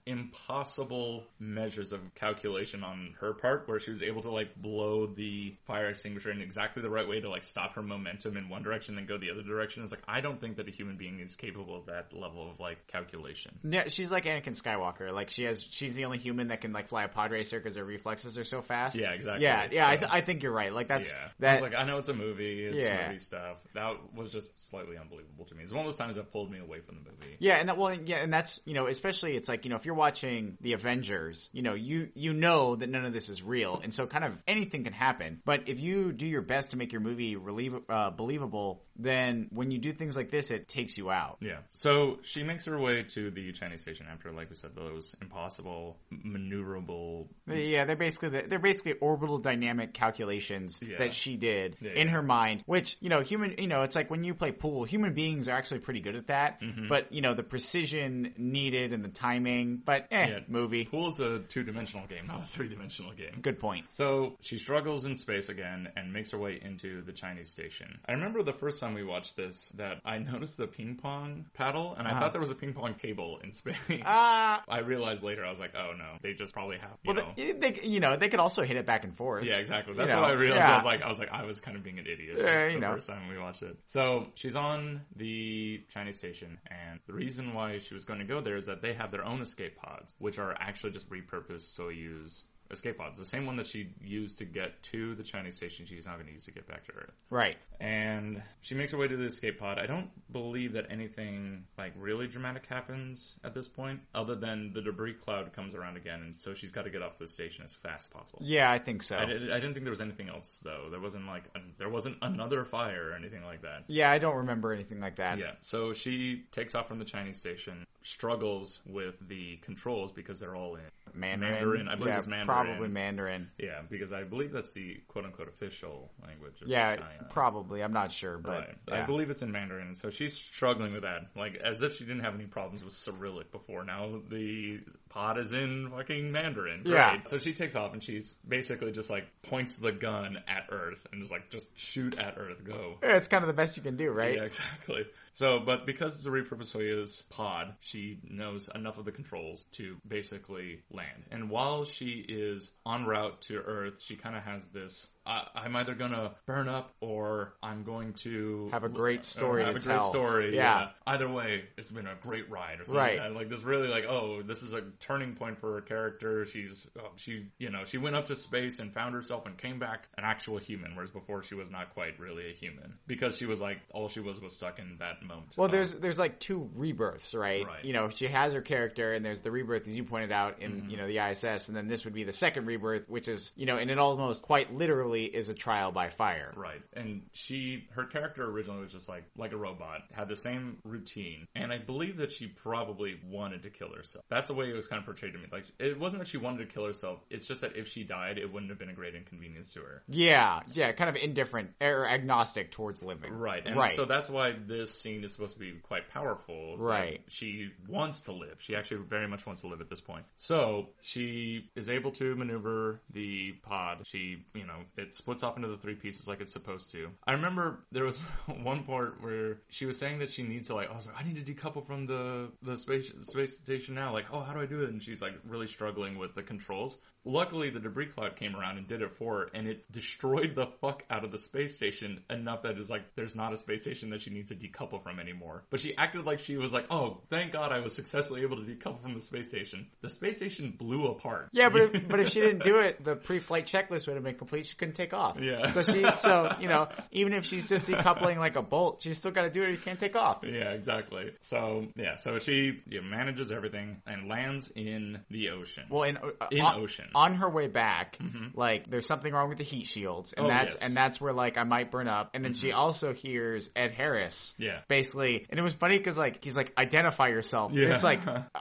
impossible measures of calculation on her part, where she was able to like blow the fire extinguisher in exactly the right way to like stop her momentum in one direction and go the other direction. It's like, I don't think that a human being is capable of that level of like calculation.
Yeah, she's like Anakin Skywalker. Like she has, she's the only human that can like fly a pod racer because her reflexes are so fast.
Yeah, exactly.
Yeah, yeah. I, th- I think you're right. Like that's
yeah.
that.
It's like I know it's a movie, it's
Yeah.
movie stuff. That was just slightly unbelievable to me. It's one of those times that pulled me away from the movie.
Yeah, and that well, yeah, and that's you know, especially it's like you know, if you're watching the Avengers, you know, you you know that none of this is real, and so kind of anything can happen. But if you do your best to make your movie relieve, uh, believable, then when you do things like this, it takes you out.
Yeah. So she makes her way to the Chinese station after, like we said, those impossible, maneuverable.
Yeah, they're basically the, they're basically orbital dynamic calculations
Yeah.
that she did
Yeah,
in
yeah.
her mind. Which you know, human, you know, it's like when you play pool, human beings are actually pretty good at that.
Mm-hmm.
But you know, the precision needed and the timing. But eh,
Yeah.
movie,
Pool's a two-dimensional game, not a three-dimensional game.
good point.
So she struggles in space again and makes her way into the Chinese station. I remember the first time we watched this that I noticed the ping pong paddle, and I
Uh-huh.
thought there was a ping pong table in space.
Ah.
I realized later I was like, oh no, they just probably have. You
Well,
know.
they, they, you know, they could also hit it back and forth.
Yeah, exactly. That's
You know,
what I realized. I was
yeah.
like, I was like, I was kind of being an idiot
Yeah,
the
you know.
first time we watched it. So she's on the Chinese station, and the reason why she was going to go there is that they have their own escape pods, which are actually just repurposed Soyuz escape pods. The same one that she used to get to the Chinese station, she's now going to use to get back to Earth
Right.
and she makes her way to the escape pod. I don't believe that anything like really dramatic happens at this point, other than the debris cloud comes around again, and so she's got to get off the station as fast as possible.
Yeah, I think so.
I, did, I didn't think there was anything else though. There wasn't like a, there wasn't another fire or anything like that.
yeah, I don't remember anything like that.
Yeah. So she takes off from the Chinese station, struggles with the controls because they're all in.
Mandarin.
Mandarin, I believe
yeah,
it's Mandarin.
Probably Mandarin.
Yeah, because I believe that's the quote unquote official language of
Yeah,
China.
probably. I'm not sure, but
Right. I
yeah.
believe it's in Mandarin, so she's struggling with that. Like, as if she didn't have any problems with Cyrillic before. Now the pod is in fucking Mandarin. Great.
Yeah.
So she takes off and she's basically just like points the gun at Earth and is like, just shoot at Earth, go.
Yeah, Eh, it's kind of the best you can do, right?
Yeah, exactly. So, but because it's a repurposed Soyuz pod, she knows enough of the controls to basically land. And while she is en route to Earth, she kind of has this: I- I'm either gonna burn up or I'm going to uh,
Have a great story
Have
to
a great
tell.
story.
Yeah.
Either way, it's been a great ride, or something.
Right.
Like, that. like this really, like, oh, this is a turning point for her character. She's oh, she, you know, she went up to space and found herself and came back an actual human, whereas before she was not quite really a human because she was like all she was was stuck in that moment.
Well,
Um,
there's there's like two rebirths, right?
Right.
You know, she has her character, and there's the rebirth as you pointed out in
Mm-hmm.
you know the ISS, and then this would be the second rebirth, which is you know, and it almost quite literally is a trial by fire.
Um, Right. And she, her character originally was just like, like a robot, had the same routine. And I believe that she probably wanted to kill herself. That's the way it was kind of portrayed to me. Like, it wasn't that she wanted to kill herself. It's just that if she died, it wouldn't have been a great inconvenience to her.
Yeah, yeah, kind of indifferent or agnostic towards living.
Right. And
right.
so that's why this scene is supposed to be quite powerful. It's like
Right.
she wants to live. She actually very much wants to live at this point. So she is able to maneuver the pod. She, you know, it splits off into the three pieces like it's supposed to. I remember there was one part where she was saying that she needs to like, I was like, I need to decouple from the, the space, space station now. Like, oh, how do I do it? And she's like really struggling with the controls. Luckily, the debris cloud came around and did it for her, and it destroyed the fuck out of the space station enough that it's like there's not a space station that she needs to decouple from anymore. But she acted like she was like, "Oh, thank God, I was successfully able to decouple from the space station." The space station blew apart.
Yeah, but if, but if she didn't do it, the pre-flight checklist would have been complete. She couldn't take off.
Yeah.
So she so you know even if she's just decoupling like a bolt, she's still got to do it. She can't take off.
Yeah, exactly. So yeah, so she yeah, manages everything and lands in the ocean.
Well, in, uh,
in
on,
ocean.
on her way back, like there's something wrong with the heat shields, and
Mm-hmm. Oh,
that's
yes. Mm-hmm.
and that's where like I might burn up. And then she also hears Ed Harris.
Yeah.
Basically, and it was funny because like he's like identify yourself.
Yeah.
It's like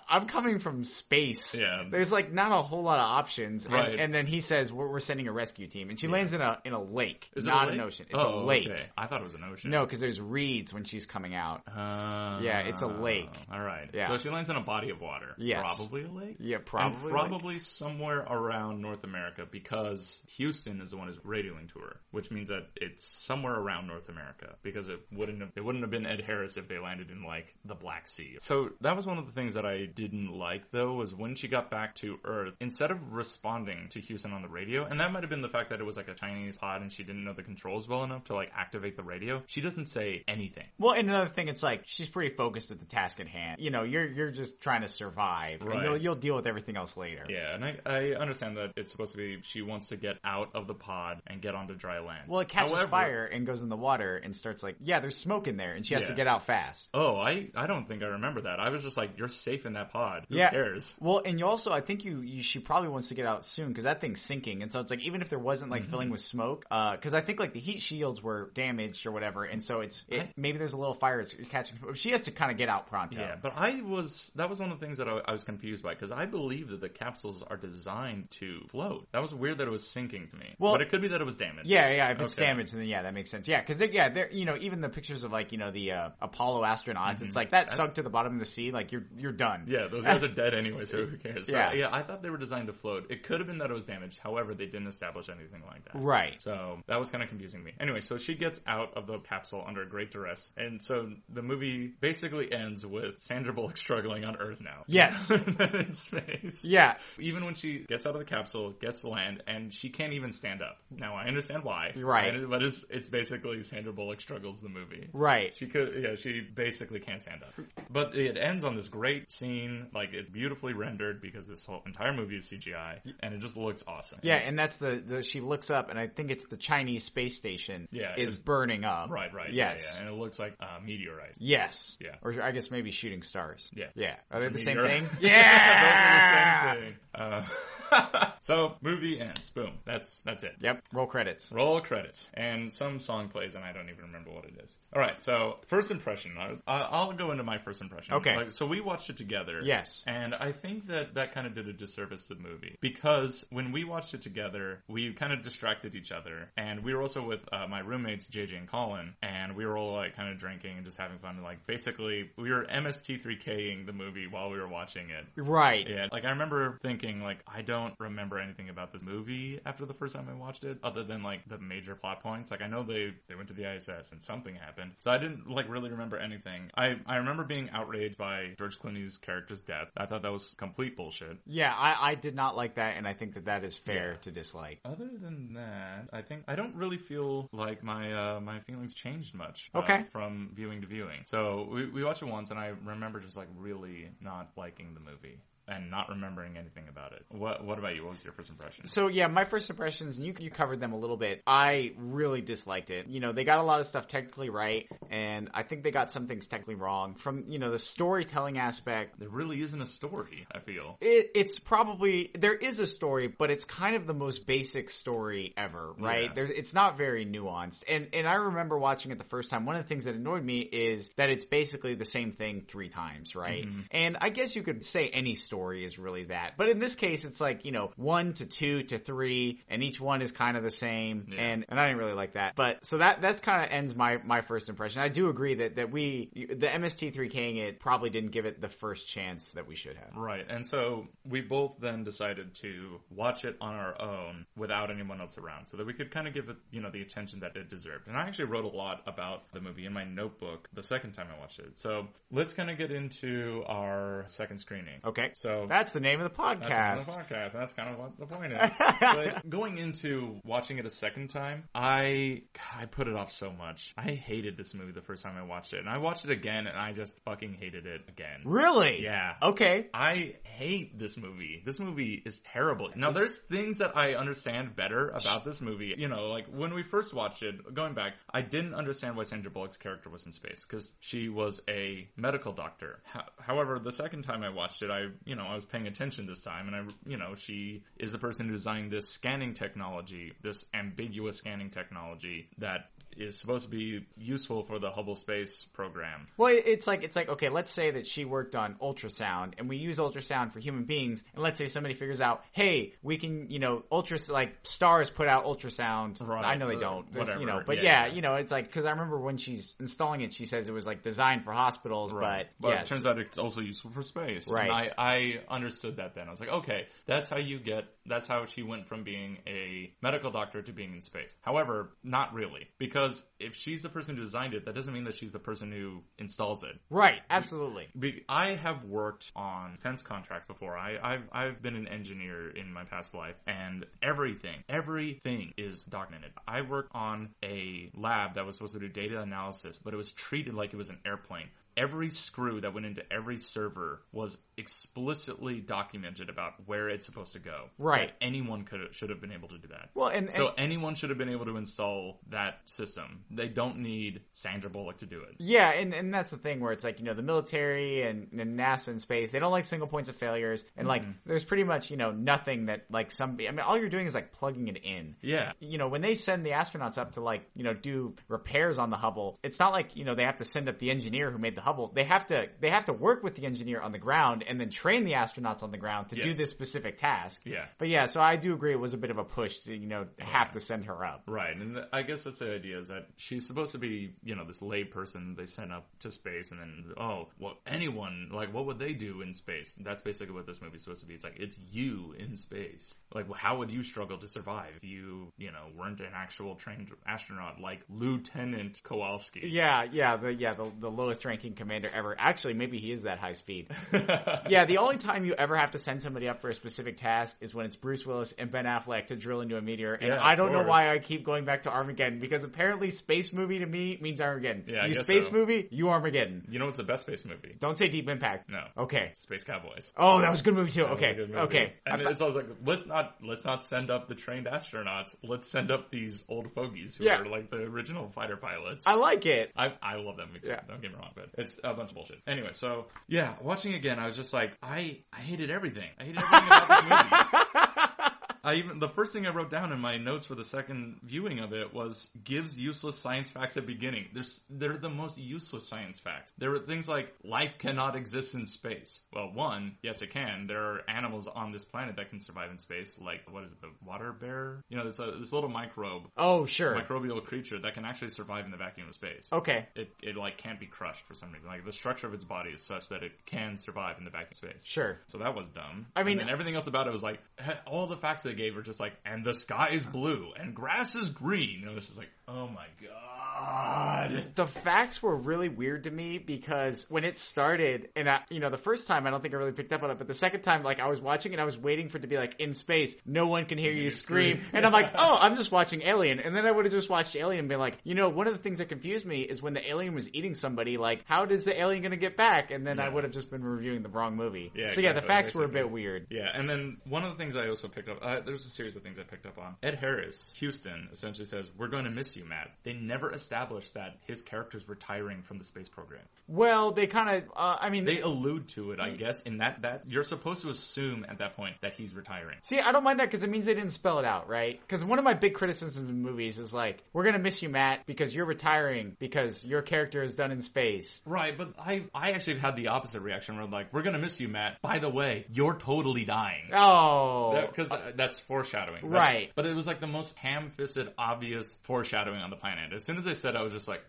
I'm coming from space.
Yeah.
There's like not a whole lot of options. And-
Right.
And, then he says we're, we're sending a rescue team, and she lands in a in a lake,
Is it
not
a lake?
an ocean. It's
Oh,
a lake.
okay. I thought it was an ocean.
No, because there's reeds when she's coming out.
Uh,
Yeah, it's a lake.
All right.
Yeah.
So she lands in a body of water.
Yes.
Probably a lake.
Yeah,
And
probably.
probably somewhere around North America because Houston is the one who's radioing to her, which means that it's somewhere around North America because it wouldn't have, it wouldn't have been Ed Harris if they landed in like the Black Sea. So that was one of the things that I didn't like though was when she got back to Earth, instead of responding to Houston on the radio, and that might have been the fact that it was like a Chinese pod and she didn't know the controls well enough to like activate the radio, she doesn't say anything.
Well, and another thing, it's like she's pretty focused at the task at hand. You know, you're you're just trying to survive. and
Right.
you'll you'll deal with everything else later.
Yeah, and I, I understand that it's supposed to be she wants to get out of the pod and get onto dry land.
Well, it catches
However-
fire and goes in the water and starts like, yeah, there's smoke in there, and she has to
Yeah.
get out fast.
Oh, I, I don't think I remember that. I was just like, you're safe in that pod. Who
Yeah.
cares?
Well, and you also, I think you, you she probably wants to get out soon because that thing's sinking, and so it's like even if there wasn't like
Mm-hmm.
filling with smoke, because I think like the heat shields were damaged or whatever, and so it's it, maybe there's a little fire it's catching. She has to kind of get out pronto.
Yeah, but I was that was one of the things that I, I was confused by because I believe that the capsules are designed to float. That was weird that it was sinking to me.
Well-
but it could be that it was damaged.
Yeah, yeah. If it's
Okay.
damaged, then yeah, that makes sense. Yeah, because yeah, they're, you know, even the pictures of like you know the uh, Apollo astronauts, it's like that sunk to the bottom of the sea. Like you're you're done.
Mm-hmm. Yeah, those guys are dead anyway, so who cares? So,
Yeah.
yeah, I thought they were designed to float. It could have been that it was damaged. However, they didn't establish anything like that.
Right.
So that was kind of confusing me. Anyway, so she gets out of the capsule under great duress, and so the movie basically ends with Sandra Bullock struggling on Earth now.
Yes.
in space.
Yeah.
Even when she gets out of the capsule, gets to land, and she can't even stand up. Now I understand why.
Right.
And- But it's it's basically Sandra Bullock struggles the movie.
Right.
She could, yeah, she basically can't stand up. But it ends on this great scene, like it's beautifully rendered because this whole entire movie is CGI, and it just looks awesome.
Yeah,
It's-
and that's the, the she looks up, and I think it's the Chinese space station
Yeah,
is
it's-
burning up.
right, right,
Yes.
yeah, yeah, and it looks like uh, meteorites.
Yes.
Yeah.
Or I guess maybe shooting stars.
Yeah.
Yeah. Are they the same
Meteor.
thing?
those are the same thing. Uh, so movie ends. Boom. That's that's it.
Yep. Roll credits.
Roll credits, and some song plays, and I don't even remember what it is. All right, so first impression. I- I- I'll go into my first impression.
Okay.
Like, so we watched it together.
Yes.
And I think that that kind of did a disservice to the movie because when we watched it together, we kind of distracted each other, and we were also with uh, my roommates JJ and Colin, and we were all like kind of drinking and just having fun. Like basically, we were MST3King the movie while we were watching it.
Right.
Yeah, like I remember thinking, like I don't remember anything about this movie after the first time I watched it, other than like the major plot points. Like I know they they went to the ISS and something happened, so I didn't like really remember anything. I I remember being outraged by George Clooney's character's death. I thought that was complete bullshit.
Yeah, I, I did not like that, and I think that that is fair to dislike.
Other than that, I think I don't really feel like my uh, my feelings changed much.
Okay.
Uh, from viewing to viewing. So we, we watched it once, and I remember just like really not liking the movie. And not remembering anything about it. What What about you? What was your first impression?
So yeah, my first impressions, and you you covered them a little bit. I really disliked it. You know, they got a lot of stuff technically right, and I think they got some things technically wrong. From you know the storytelling aspect,
There really isn't a story, I feel.
it, it's probably there is a story, but it's kind of the most basic story ever, right?
Yeah.
There, it's not very nuanced. And and I remember watching it the first time. One of the things that annoyed me is that it's basically the same thing three times, right?
Mm-hmm.
And I guess you could say any story is really that, but in this case, it's like you know one to two to three, and each one is kind of the same.
Yeah.
And and I didn't really like that. But so that that's kind of ends my my first impression. I do agree that that we the MST3King it probably didn't give it the first chance that we should have.
Right, and so we both then decided to watch it on our own without anyone else around so that we could kind of give it, you know, the attention that it deserved. And I actually wrote a lot about the movie in my notebook the second time I watched it. So let's kind of get into our second screening.
Okay.
So
That's the name of the
That's
podcast.
the name of the podcast. That's kind of what the point is. but going into watching it a second time, I I put it off so much. I hated this movie the first time I watched it, and I watched it again, and I just fucking hated it again.
Really?
Yeah.
Okay.
Oh, I hate this movie. This movie is terrible. Now, there's things that I understand better about this movie. You know, like when we first watched it, going back, I didn't understand why Sandra Bullock's character was in space because she was a medical doctor. Ho- However, the second time I watched it, I, you know, I was paying attention this time and I, you know, she is the person who designed this scanning technology, this ambiguous scanning technology that is supposed to be useful for the Hubble Space Program.
Well, it- it's like it's like okay. Let's say that she worked on ultrasound, and we use ultrasound for human beings. And let's say somebody figures out, hey, we can, you know, ultra like stars put out ultrasound.
Right.
I know they
Uh,
don't, There's- you
whatever.
know. But yeah,
Yeah.
you know, it's like because I remember when she's installing it, she says it was like designed for hospitals,
Right.
but,
But
yes.
it turns out it's also useful for space.
Right.
And I, I I understood that then. I was like, okay, that's how you get, that's how she went from being a medical doctor to being in space. However, not really. Because if she's the person who designed it, that doesn't mean that she's the person who installs it.
Right, absolutely.
Be- I have worked on defense contracts before. I, I've I've been an engineer in my past life, and everything, everything is documented. I worked on a lab that was supposed to do data analysis, but it was treated like it was an airplane. Every screw that went into every server was explicitly documented about where it's supposed to go.
Right.
Like, anyone could should have been able to do that.
Well, and, and
So anyone should have been able to install that system. They don't need Sandra Bullock to do it.
Yeah, and, and that's the thing where it's like, you know, the military and, and NASA and space, they don't like single points of failures. And like,
Mm-hmm.
there's pretty much, you know, nothing that like somebody, I mean, all you're doing is like plugging it in.
Yeah.
You know, when they send the astronauts up to like, you know, do repairs on the Hubble, it's not like, you know, they have to send up the engineer who made the Hubble. They have to, they have to work with the engineer on the ground and then train the astronauts on the ground to do
Yes.
this specific task.
Yeah.
But yeah, so I do agree it was a bit of a push to, you know, have to send her up.
Right, and th- I guess that's the idea is that she's supposed to be, you know, this lay person they sent up to space, and then oh, well, anyone like what would they do in space? That's basically what this movie's supposed to be. It's like it's you in space. Like, well, how would you struggle to survive if you, you know, weren't an actual trained astronaut like Lieutenant Kowalski?
Yeah, yeah, the yeah, the, the lowest ranking commander ever. Actually, maybe he is that high speed. yeah, the only time you ever have to send somebody up for a specific task is when it's Bruce Willis and Ben Affleck to drill into a meteor. And
Yeah, of
I don't know
course.
why I keep going back to Armageddon because apparently space movie to me means Armageddon.
Yeah, I
you
guess
space
so.
movie, you Armageddon.
You know what's the best space movie?
Don't say Deep Impact.
No,
Okay.
Space Cowboys.
Oh, that was a good movie too.
That was a
Okay.
good movie.
Okay. I
And
thought-
it's always like let's not let's not send up the trained astronauts. Let's send up these old fogies who
Yeah.
are like the original fighter pilots.
I like it.
I, I love that movie. too,
Yeah.
Don't get me wrong, but it's a bunch of bullshit. Anyway, so yeah, watching again, I was just like, I I hated everything. I hated everything about this movie. I even the first thing I wrote down in my notes for the second viewing of it was gives useless science facts at beginning. There's they're the most useless science facts. There were things like life cannot exist in space. Well, one, yes it can. There are animals on this planet that can survive in space, like what is it, the water bear? You know, it's a, this little microbe,
oh, sure.
microbial creature that can actually survive in the vacuum of space
Okay.
it, it like can't be crushed for some reason. Like the structure of its body is such that it can survive in the vacuum space.
Sure.
So that was dumb.
I mean-
and then everything else about it was like heh, all the facts they gave were just like, and the sky is blue and grass is green. And it was just like, oh my god.
the facts were really weird to me because when it started and I, you know the first time I don't think I really picked up on it but the second time like I was watching and I was waiting for it to be like in space no one can hear you scream and I'm like oh I'm just watching Alien and then I would have just watched Alien and been like you know one of the things that confused me is when the alien was eating somebody like how does the alien gonna get back and then I
Yeah.
would have just been reviewing the wrong movie
Yeah,
so yeah the
exactly,
facts were a
basically.
bit weird
Yeah, and then one of the things I also picked up, uh, there's a series of things I picked up on. Ed Harris, Houston, essentially says, We're going to miss you, Matt. They never established that his character's retiring from the space program.
well they kind of uh, I mean
They allude to it, I
Hmm.
guess, in that, that you're supposed to assume at that point that he's retiring.
See, I don't mind that because it means they didn't spell it out, right? Because one of my big criticisms of movies is like, we're gonna miss you, Matt, because you're retiring because your character is done in space.
Right, but I I actually had the opposite reaction where I'm like, we're gonna miss you, Matt. By the way, you're totally dying.
Oh,
Because that's foreshadowing. That's-
Right.
But it was like the most ham-fisted, obvious foreshadowing on the planet. As soon as I said, it, I was just like,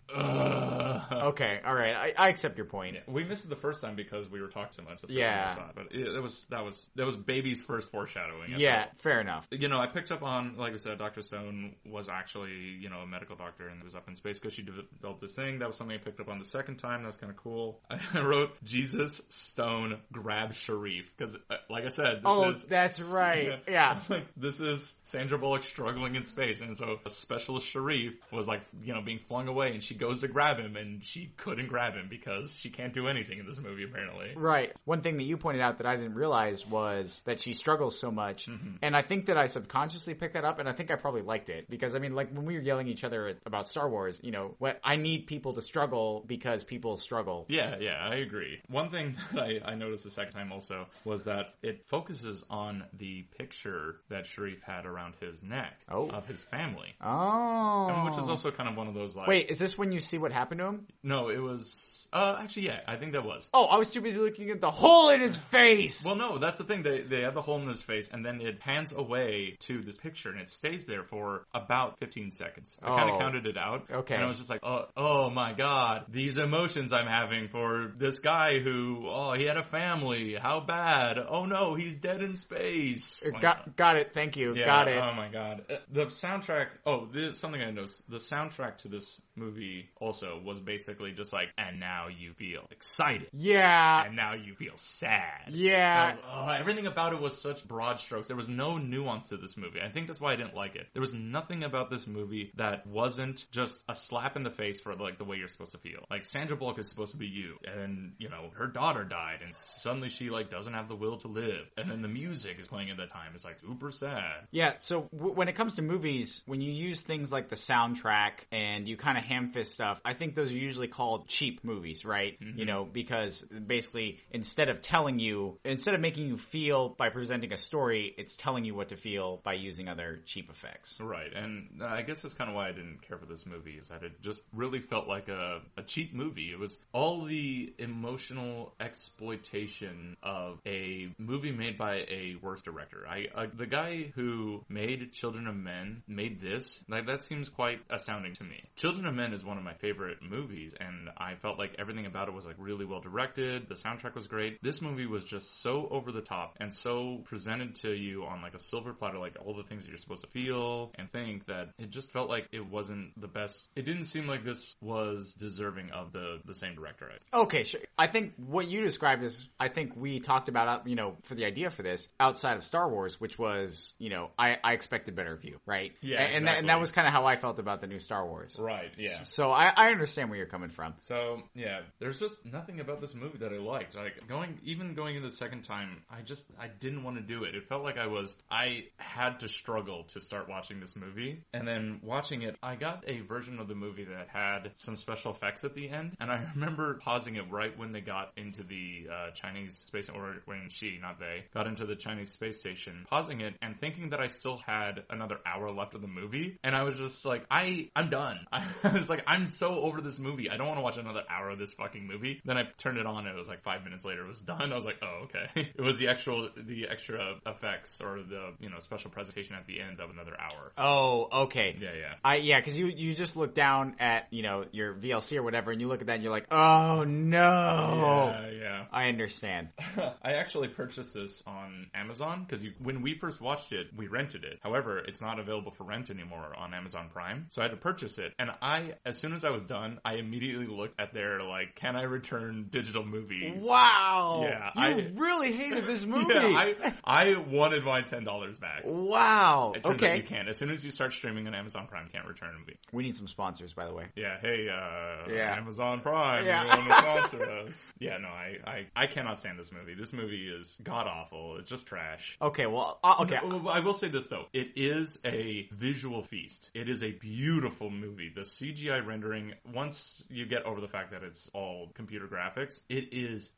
ugh.
okay, all right, I, I accept your point.
We missed it the first time because we were talking so much. The first time
Yeah.
we saw it, but it, it was that was that was baby's first foreshadowing.
Yeah,
I felt
fair enough.
you know, I picked up on, like I said, Dr. Stone was actually, you know, a medical doctor and was up in space because she developed this thing. That was something I picked up on the second time. That was kind of cool. I wrote Jesus Stone grab Sharif because, uh, like I said, this
Oh,
is.
that's right. Yeah.
It's like, this is Sandra Bullock struggling in space. And so a specialist Sharif was like, you know, being flung away and she goes to grab him and she couldn't grab him because she can't do anything in this movie, apparently.
Right. One thing that you pointed out that I didn't realize was that she struggles so much.
Mm-hmm.
And I think that I subconsciously picked that up and I think I probably liked it because I mean like when we were yelling each other about Star Wars, you know, what I need people to struggle because people struggle.
Yeah, yeah, I agree. One thing that I, I noticed the second time also was that it focuses on the picture that Sharif had around his neck
Oh.
of his family.
Oh.
And I mean, which is also kind of one of those like.
Wait, is this when you see what happened to him?
No, it was. Uh, actually, yeah, I think that was.
Oh, I was too busy looking at the hole in his face.
Well, no, that's the thing. They they have the hole in his face, and then it pans away to this picture, and it stays there for about 15 seconds. I kind
Oh.
of counted it out.
Okay.
And I was just like, oh, oh my god, these emotions I'm having for this guy who, oh, he had a family. How bad? Oh no, he's dead in space. Like,
Uh, got got it. Thank you.
yeah,
got it.
Oh my god. Uh, The soundtrack. Oh, this is something I noticed. The soundtrack to this movie also was basically just like, and now you feel excited,
yeah.
and now you feel sad.
Yeah.
That was- oh, everything about it was such broad strokes. There was no nuance to this movie. I think that's why I didn't like it. There was nothing about this movie that wasn't just a slap in the face for like the way you're supposed to feel. Like Sandra Bullock is supposed to be you, and you know her daughter died, and suddenly she like doesn't have the will to live. And then the music is playing at that time. It's like super sad.
Yeah, so w- when it comes to movies, when you use things like the soundtrack and you kind of ham fist stuff, I think those are usually called cheap movies, right?
Mm-hmm.
You know, because basically instead of telling you, instead of making you feel by presenting a story, it's telling you what to feel by using other cheap effects.
Right, and I guess that's kind of why I didn't care for this movie is that it just really felt like a, a cheap movie. It was all the emotional exploitation of a movie made by a worse director. I uh, the guy who made Children of Men made this. Like that seems quite astounding to me. Children of Men is one of my favorite movies, and I felt like everything about it was like really well directed. The soundtrack was great. This movie was just so over the top and so presented to you on like a silver platter, like all the things that you're supposed to feel and think that it just felt like it wasn't the best. It didn't seem like this was deserving of the the same director.
Okay, sure. I think what you described is, I think we talked about, uh, you know, for the idea for this outside of Star Wars, which was, you know, I, I expected better of you, right?
Yeah,
A- And, that, and that
exactly.
was kind of how I felt about the new Star Wars.
Right. Yeah.
So I, I understand where you're coming from.
So yeah, there's just nothing about this movie that I liked. Like going, even going in the second time, I just I didn't want to do it. It felt like I was I had to struggle to start watching this movie, and then watching it, I got a version of the movie that had some special effects at the end, and I remember pausing it right when they got into the uh, Chinese space, or when she, not they, got into the Chinese space station, pausing it and thinking that I still had another hour left of the movie, and I was just like, I I'm done. I was like, I'm so over this movie. I don't want to watch another hour of this fucking movie. Then I turned it on, and it was like five minutes later, it was done. I was like, oh okay. It was the actual the extra effects or the you know special presentation at the end of another hour.
Oh, okay.
Yeah, yeah.
I yeah, because you you just look down at you know your VLC or whatever, and you look at that, and you're like, oh no.
Yeah, yeah.
I understand.
I actually purchased this on Amazon because when we first watched it, we rented it. However, it's not available for rent anymore on Amazon Prime, so I had to purchase it. And I, as soon as I was done, I immediately looked at their like, "Can I return digital movie?"
Wow.
Yeah,
You
I-
really hated this movie.
Yeah, I, I wanted my ten dollars back.
wow.
It turns out you
Okay.
can. As soon as you start streaming on Amazon Prime, you can't return a movie.
We need some sponsors, by the way.
Yeah, hey, uh,
Yeah.
Amazon Prime,
Yeah.
yeah. you want to sponsor us? Yeah, no, I, I, I cannot stand this movie. This movie is god awful. It's just trash.
Okay. Well. Uh, okay.
No, well, I will say this though. It is a visual feast. It is a beautiful movie. The CGI rendering, once you get over the fact that it's all computer graphics, it is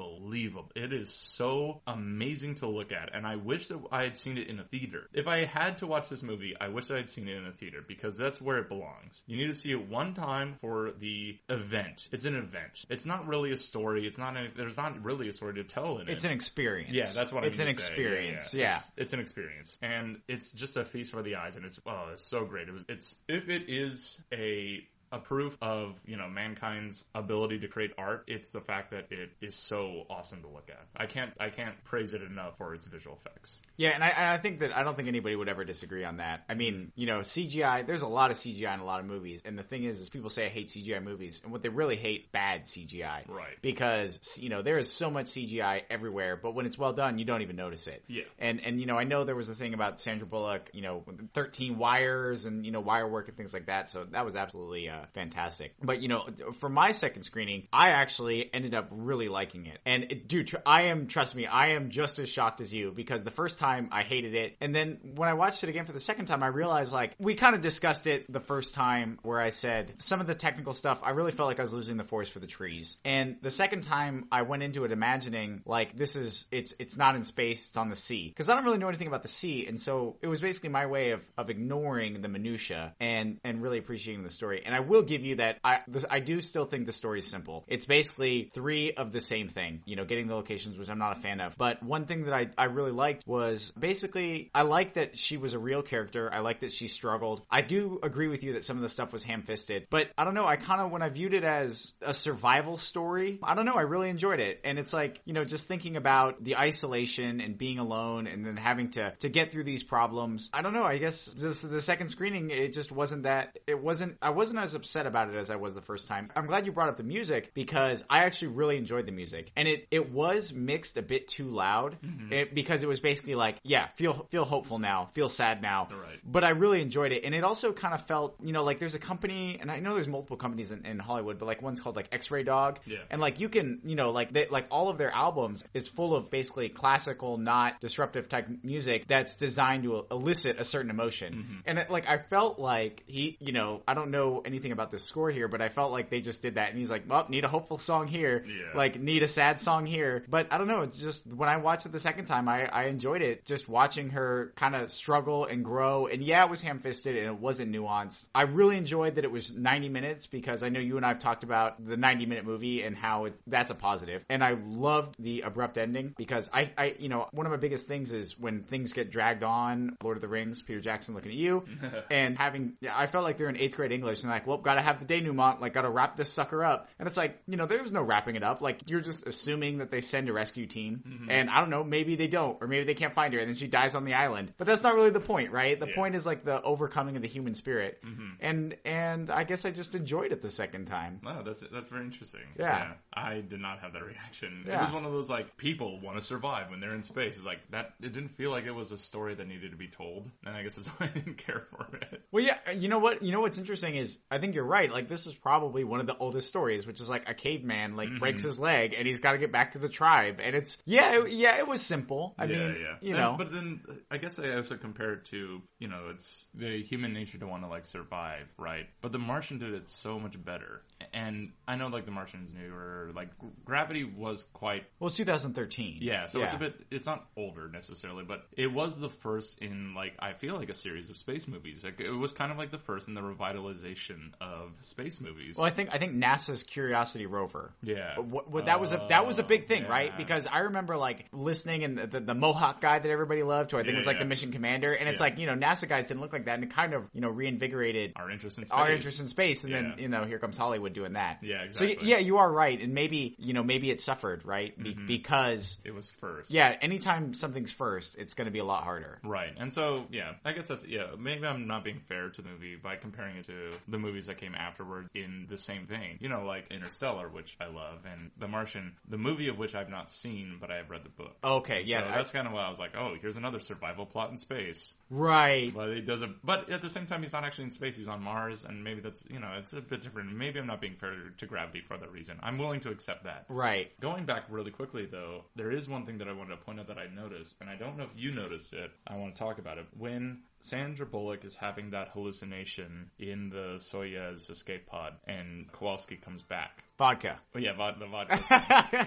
unbelievable. It is so amazing to look at. And I wish that I had seen it in a theater. If I had to watch this movie, I wish I had seen it in a theater because that's where it belongs. You need to see it one time for the event. It's an event. It's not really a story. It's not, a, there's not really a story to tell in it.
It's an experience.
Yeah, that's what
it's
I mean
an
to say.
experience.
Yeah, It's, it's an experience, and it's just a feast for the eyes, and it's oh, it's so great. It was, it's if it is a a proof of you know mankind's ability to create art, it's the fact that it is so awesome to look at. I can't I can't praise it enough for its visual effects.
Yeah, and I, and I think that I don't think anybody would ever disagree on that. I mean, you know, CGI. There's a lot of CGI in a lot of movies, and the thing is, is people say I hate CGI movies, and what they really hate bad CGI,
Right.
Because you know there is so much CGI everywhere, but when it's well done, you don't even notice it.
Yeah.
And and you know I know there was a thing about Sandra Bullock, you know, 13 wires and you know wire work and things like that. So that was absolutely uh,
Yeah.
fantastic. But you know, for my second screening, I actually ended up really liking it. And it, dude, tr- I am trust me, I am just as shocked as you because the first time I hated it, and then when I watched it again for the second time, I realized like we kind of discussed it the first time where I said some of the technical stuff. I really felt like I was losing the forest for the trees. And the second time I went into it imagining like this is it's it's not in space, it's on the sea because I don't really know anything about the sea, and so it was basically my way of of ignoring the minutia and and really appreciating the story. And I will give you that I th- I do still think the story is simple. It's basically three of the same thing, you know, getting the locations, which I'm not a fan of. But one thing that I I really liked was basically I liked that she was a real character. I liked that she struggled. I do agree with you that some of the stuff was ham fisted, but I don't know. I kind of when I viewed it as a survival story, I don't know. I really enjoyed it, and it's like you know just thinking about the isolation and being alone, and then having to to get through these problems. I don't know. I guess this, the second screening, it just wasn't that. It wasn't. I wasn't as upset about it as I was the first time. I'm glad you brought up the music because I actually really enjoyed the music, and it it was mixed a bit too loud it, because it was basically like yeah, feel feel hopeful now, feel sad now,
Right.
but I really enjoyed it. And it also kind of felt, you know, like there's a company, and I know there's multiple companies in, in Hollywood, but like one's called like X Ray Dog.
Yeah.
And like you can, you know, like they, like all of their albums is full of basically classical, not disruptive type music that's designed to elicit a certain emotion. And it, like I felt like he, you know, I don't know anything about this score here, but I felt like they just did that. And he's like, well, need a hopeful song here.
Yeah.
Like, like need a sad song here. But I don't know. It's just when I watched it the second time, I, I enjoyed it. Just watching her kind of struggle and grow. And yeah, it was ham fisted and it wasn't nuanced. I really enjoyed that it was 90 minutes because I know you and I've talked about the 90 minute movie and how it, that's a positive. And I loved the abrupt ending because I, I, you know, one of my biggest things is when things get dragged on, Lord of the Rings, Peter Jackson looking at you and having, yeah, I felt like they're in eighth grade English and like, well, gotta have the denouement, like gotta wrap this sucker up. And it's like, you know, there was no wrapping it up. Like you're just assuming that they send a rescue team, and I don't know, maybe they don't, or maybe they can't find her, and then she dies on the island. But that's not really the point, right? The
Yeah.
point is like the overcoming of the human spirit, and and I guess I just enjoyed it the second time.
Wow, that's that's very interesting.
Yeah.
I did not have that reaction. It
Yeah.
was one of those like people want to survive when they're in space. It's like that. It didn't feel like it was a story that needed to be told, and I guess that's why I didn't care for it.
Well, yeah, you know what? You know what's interesting is I think you're right. Like this is probably one of the oldest stories, which is like a caveman
Mm-hmm.
like breaks his leg and he's got to get back to the tribe, and it's yeah, it, yeah, it was simple. I
yeah,
mean,
yeah.
you
And-
know,
but then uh, I guess I also compare it to you know it's the human nature to want to like survive, right? But The Martian did it so much better, and I know like The Martian's newer. Like gr- Gravity was quite
well, it's 2013.
Yeah, so it's a bit it's not older necessarily, but it was the first in like I feel like a series of space movies. Like it was kind of like the first in the revitalization of space movies.
Well, I think I think NASA's Curiosity rover.
Yeah.
What, what, that was a that was a big thing,
Oh,
right?
yeah.
Because I remember like listening and the, the, the Mohawk guy that everybody loved, who I think
Yeah,
was like
yeah.
the mission commander, and it's
Yeah.
like you know NASA guys didn't look like that, and it kind of you know reinvigorated
our interest in space.
our interest in space, and then
Yeah.
you know here comes Hollywood doing that.
Yeah,
So y-
exactly. Mm-hmm.
yeah, you are right, and maybe you know maybe it suffered, right? Be- Because
it was first.
yeah, anytime something's first, it's going to be a lot harder.
Right. And so, yeah, I guess that's, yeah, maybe I'm not being fair to the movie by comparing it to the movies that came afterward in the same vein. You know, like Interstellar, which I love, and The Martian, the movie of which I've not seen, but I have read the book.
Okay, yeah,
so
I-
that's kind of why I was like, oh, here's another survival plot in space.
right.
But it doesn't. But at the same time, he's not actually in space. He's on Mars, and maybe that's you know it's a bit different. Maybe I'm not being fair to gravity for that reason. I'm willing to accept that.
Right.
Going back really quickly though, there is one thing that I wanted to point out that I noticed, and I don't know if you noticed it. I want to talk about it when Sandra Bullock is having that hallucination in the Soyuz escape pod, and Kowalski comes back.
Vodka.
Oh yeah, vod- the vodka.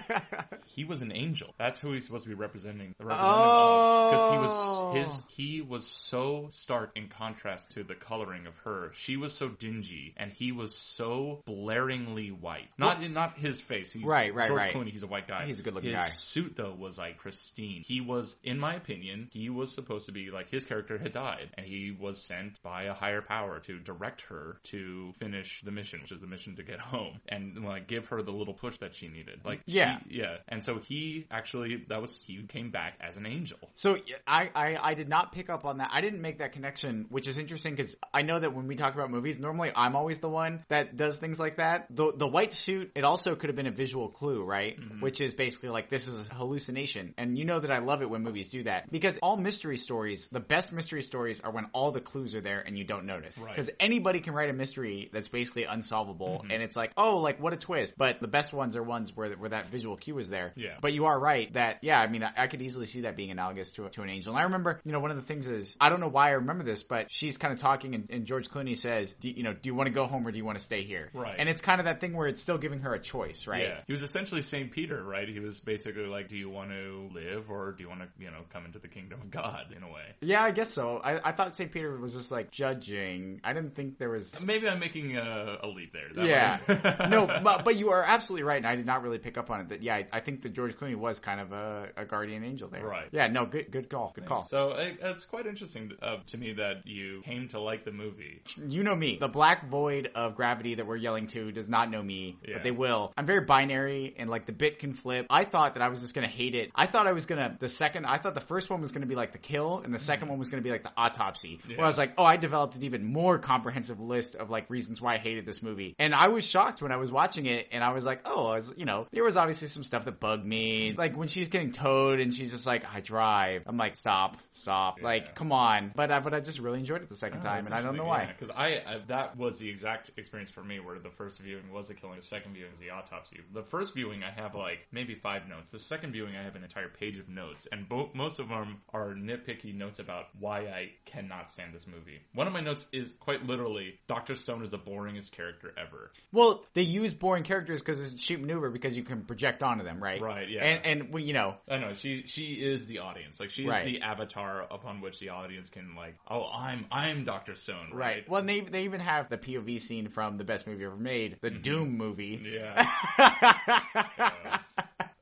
he was an angel. That's who he's supposed to be representing. The representative because he
Oh.
was his. He was so stark in contrast to the coloring of her. She was so dingy, and he was so blaringly white. Not not his face. He's,
Right, right,
George
right.
Clooney. He's a white guy.
He's a good-looking
his
guy.
suit though was like pristine. He was, in my opinion, he was supposed to be like his character had died, and he was sent by a higher power to direct her to finish the mission, which is the mission to get home. And like like give her the little push that she needed. Like she-
Yeah.
yeah. And so he actually that was he came back as an angel.
So I, I I did not pick up on that. I didn't make that connection, which is interesting because I know that when we talk about movies, normally I'm always the one that does things like that. The the white suit, it also could have been a visual clue, right? Which is basically like this is a hallucination, and you know that I love it when movies do that because all mystery stories, the best mystery stories are when all the clues are there and you don't notice.
Right.
Because anybody can write a mystery that's basically unsolvable,
Mm-hmm.
and it's like oh like what a twist. But the best ones are ones where where that visual cue is there.
Yeah.
But you are right that yeah, I mean, I, I could easily see that being analogous to a- to an angel. And I remember, you know, one of the things is I don't know why I remember this, but she's kind of talking, and, and George Clooney says, do, you know, do you want to go home or do you want to stay here?
Right.
And it's kind of that thing where it's still giving her a choice, right?
Yeah. He was essentially Saint Peter, right? He was basically like, Do you want to live or do you want to, you know, come into the kingdom of God in a way?
Yeah, I guess so. I, I thought St. Peter was just like judging. I didn't think there was.
Maybe I'm making a, a leap there.
Yeah.
was-
no, but, but you are absolutely right, and I did not really pick up on it. That yeah, I, I think that George Clooney was kind of a, a guardian angel there.
Right.
Yeah. No. Good. Good call. Good call.
So it, it's quite interesting uh, to me that you came to like the movie.
you know me. The black void of gravity that we're yelling to does not know me,
Yeah.
but they will. I'm very binary and like the bit can flip. I thought that I was just gonna hate it. I thought I was gonna the second I thought the first one was gonna be like the kill and the second one was gonna be like the autopsy.
Yeah.
Where I was like, oh, I developed an even more comprehensive list of like reasons why I hated this movie. And I was shocked when I was watching it and I was like, oh, I was you know, there was obviously some stuff that bugged me. Like when she's getting towed and she's just like, I drive. I'm like, stop, stop.
Yeah. Ah,
Like, come on. But I but I just really enjoyed it the second time
that's
and I don't know
interesting,
why.
yeah, 'cause I, I that was the exact experience for me, where the first viewing was the killing, the second viewing is the autopsy. The first viewing I have like maybe five notes. The second viewing I have an entire page of notes, and bo- most of them are nitpicky notes about why I cannot stand this movie. One of my notes is quite literally Doctor Stone is the boringest character ever.
Well, they use boring characters because it's a cheap maneuver because you can project onto them, right?
Right, yeah.
And and well, you know,
I know she she is the audience, like she is
Right.
the avatar upon which the audience can like, oh, I'm I'm Doctor Stone,
right.
right?
Well, and they they even have the POV scene from the best movie ever made,
Mm-hmm.
the Doom movie.
Yeah. Mm-hmm.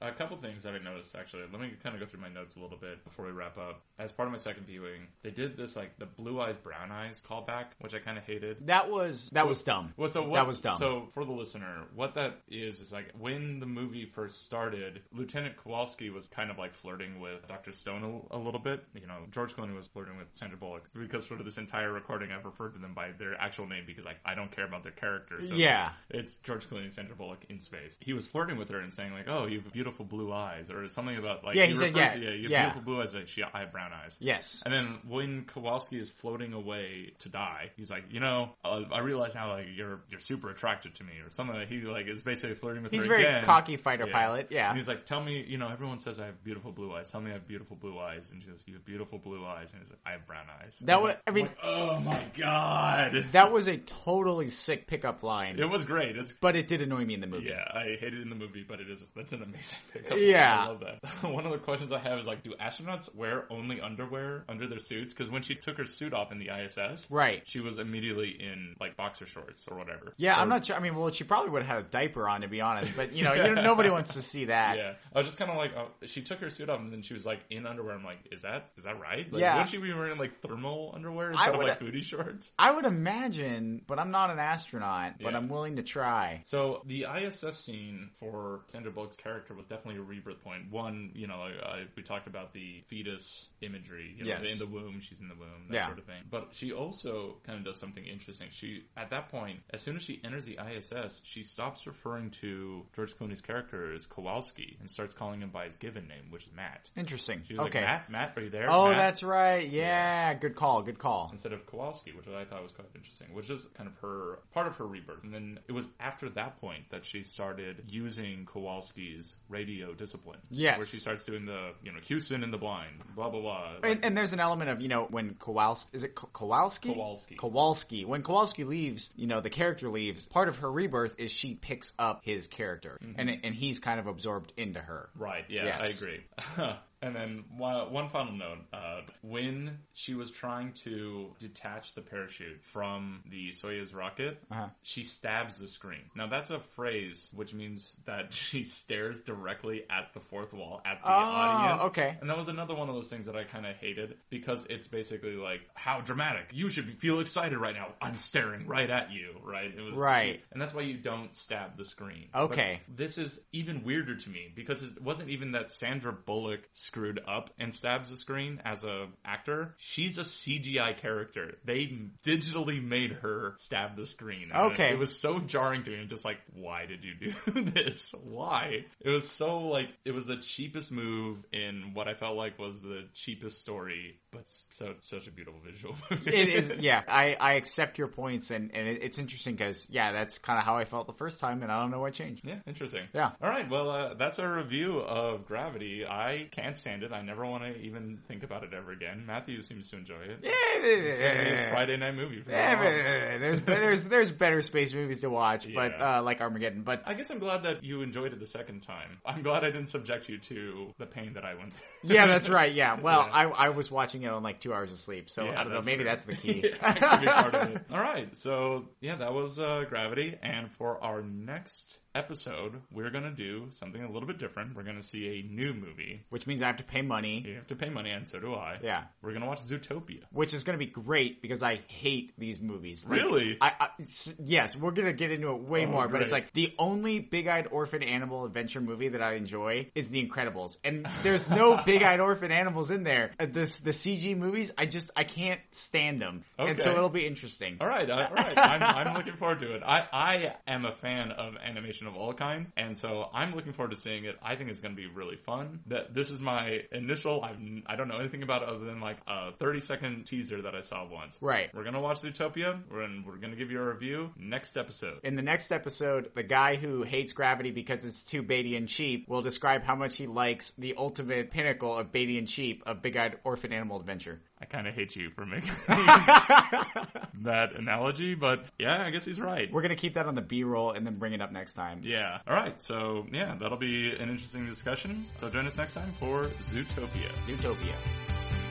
A couple things that I noticed actually. Let me kind of go through my notes a little bit before we wrap up. As part of my second viewing, they did this like the blue eyes brown eyes callback, which I kind of hated.
that was that was dumb.
Well, so what,
That was dumb.
So for the listener, what that is is like when the movie first started, Lieutenant Kowalski was kind of like flirting with Dr. Stone a, a little bit. You know, George Clooney was flirting with Sandra Bullock because for this entire recording, I've referred to them by their actual name because like I don't care about their characters. So
Yeah.
it's George Clooney and Sandra Bullock in space. He was flirting with her and saying like, "Oh, you have beautiful blue eyes," or something about like
Yeah, he said,
refers
yeah,
to- you have
yeah.
beautiful blue eyes. Like she, I have brown eyes.
Yes.
And then when Kowalski is floating away to die, he's like, you know, uh, I realize now like you're you're super attracted to me or something. Like, he like is basically flirting with
He's
her
very
again.
cocky fighter
Yeah.
pilot.
And
Yeah.
he's like, tell me, you know, everyone says I have beautiful blue eyes. Tell me I have beautiful blue eyes. And she goes, you have beautiful blue eyes. And he's like, I have brown eyes.
That
He's
wa-
like-
I mean-
I'm like, oh my god,
That was a totally sick pickup line,
it was great. It's
but it did annoy me in the movie.
yeah, I hate it in the movie, but it is that's an amazing pickup.
Yeah.
I love that. One of the questions I have is like, do astronauts wear only underwear under their suits? Because when she took her suit off in the ISS,
Right.
she was immediately in like boxer shorts or whatever.
Yeah, I'm
Or-
not sure. I mean, well, she probably would have had a diaper on to be honest, but you know, you
Yeah.
know nobody wants to see that.
Yeah, I was just kind of like, oh, she took her suit off and then she was like in underwear. I'm like, is that is that right? Like,
Yeah.
Wouldn't she be wearing like thermal underwear instead of
would-
like booty shorts?
I would imagine, but I'm not an astronaut, but
Yeah.
I'm willing to try.
So the ISS scene for Sandra Bullock's character was definitely a rebirth point. One, you know, I, we talked about the fetus imagery. You know,
Yes.
In the womb, she's in the womb, that
Yeah.
sort of thing. But she also kind of does something interesting. She, at that point, as soon as she enters the ISS, she stops referring to George Clooney's character as Kowalski and starts calling him by his given name, which is Matt.
Interesting.
She was
okay.
like, Matt, Matt, are you there?
Oh,
Matt?"
that's right. Yeah, good call. Good call.
instead of Kowalski, which I thought was quite interesting, which is kind of her part of her rebirth. And then it was after that point that she started using Kowalski's radio discipline.
Yes.
Where she starts doing the, you know, Houston in the blind, blah, blah, blah.
And, and there's an element of you know when Kowalski is it Ko- Kowalski
Kowalski.
Kowalski when Kowalski leaves you know the character leaves part of her rebirth is she picks
Mm-hmm.
up his character and and he's kind of absorbed into her
Right. Yeah,
Yes.
I agree. And then one, one final note: uh, when she was trying to detach the parachute from the Soyuz rocket,
Uh-huh.
she stabs the screen. Now that's a phrase which means that she stares directly at the fourth wall at the
Oh,
audience.
okay.
And that was another one of those things that I kind of hated because it's basically like how dramatic. You should feel excited right now. I'm staring right at you. Right. It was
Right.
And that's why you don't stab the screen.
Okay.
But this is even weirder to me because it wasn't even that Sandra Bullock screwed up and stabs the screen as a actor. She's a CGI character. They digitally made her stab the screen. And
Okay.
It was so jarring to me. I'm just like, why did you do this? Why? It was so like it was the cheapest move in what I felt like was the cheapest story, but so such a beautiful visual. movie.
it is yeah i i accept your points and and it, it's interesting because yeah that's kind of how i felt the first time and i don't know what changed
Yeah, interesting.
Yeah.
All right. Well, uh, that's our review of Gravity. I can't stand it. I never want to even think about it ever again. Matthew seems to enjoy it.
yeah,
It's gonna be his Friday night movie. For
Yeah,
now on.
but there's there's there's better space movies to watch, but
Yeah.
uh, like Armageddon. But
I guess I'm glad that you enjoyed it the second time. I'm glad I didn't subject you to the pain that I went through.
yeah, that's right. Yeah, well,
Yeah.
I I was watching it on like two hours of sleep, so
Yeah,
I don't know.
that's
Maybe
fair.
that's the key.
Yeah, that could be part of it. All right. So, yeah, that was uh, Gravity. And for our next episode, we're going to do something a little bit different. We're going to see a new movie.
Which means I have to pay money.
You have to pay money, and so do I.
Yeah.
We're going to watch Zootopia.
Which is going to be great because I hate these movies. Like,
Really?
I, I s- yes, we're gonna get into it way
Oh,
more, but it's
great.
like the only big-eyed orphan animal adventure movie that I enjoy is The Incredibles, and there's no big-eyed orphan animals in there. Uh, The the CG movies, I just I can't stand them, and so
Okay.
it'll be interesting.
All right, uh, all right. I'm, I'm looking forward to it. I, I am a fan of animation of all kind, and so I'm looking forward to seeing it. I think it's going to be really fun. That this is my initial. I've, n- I don't know anything about it other than like a 30 second teaser that I saw once.
Right.
We're gonna watch Zootopia. We're gonna, we're gonna give you a review next episode.
In the next episode, the guy who hates gravity because it's too baity and cheap will describe how much he likes the ultimate pinnacle of baity and cheap of big-eyed orphan animal adventure.
I kind of hate you for making that analogy, but yeah, I guess he's right.
We're gonna keep that on the B-roll and then bring it up next time.
Yeah. All right. So yeah, that'll be an interesting discussion. So join us next time for Zootopia.
Zootopia.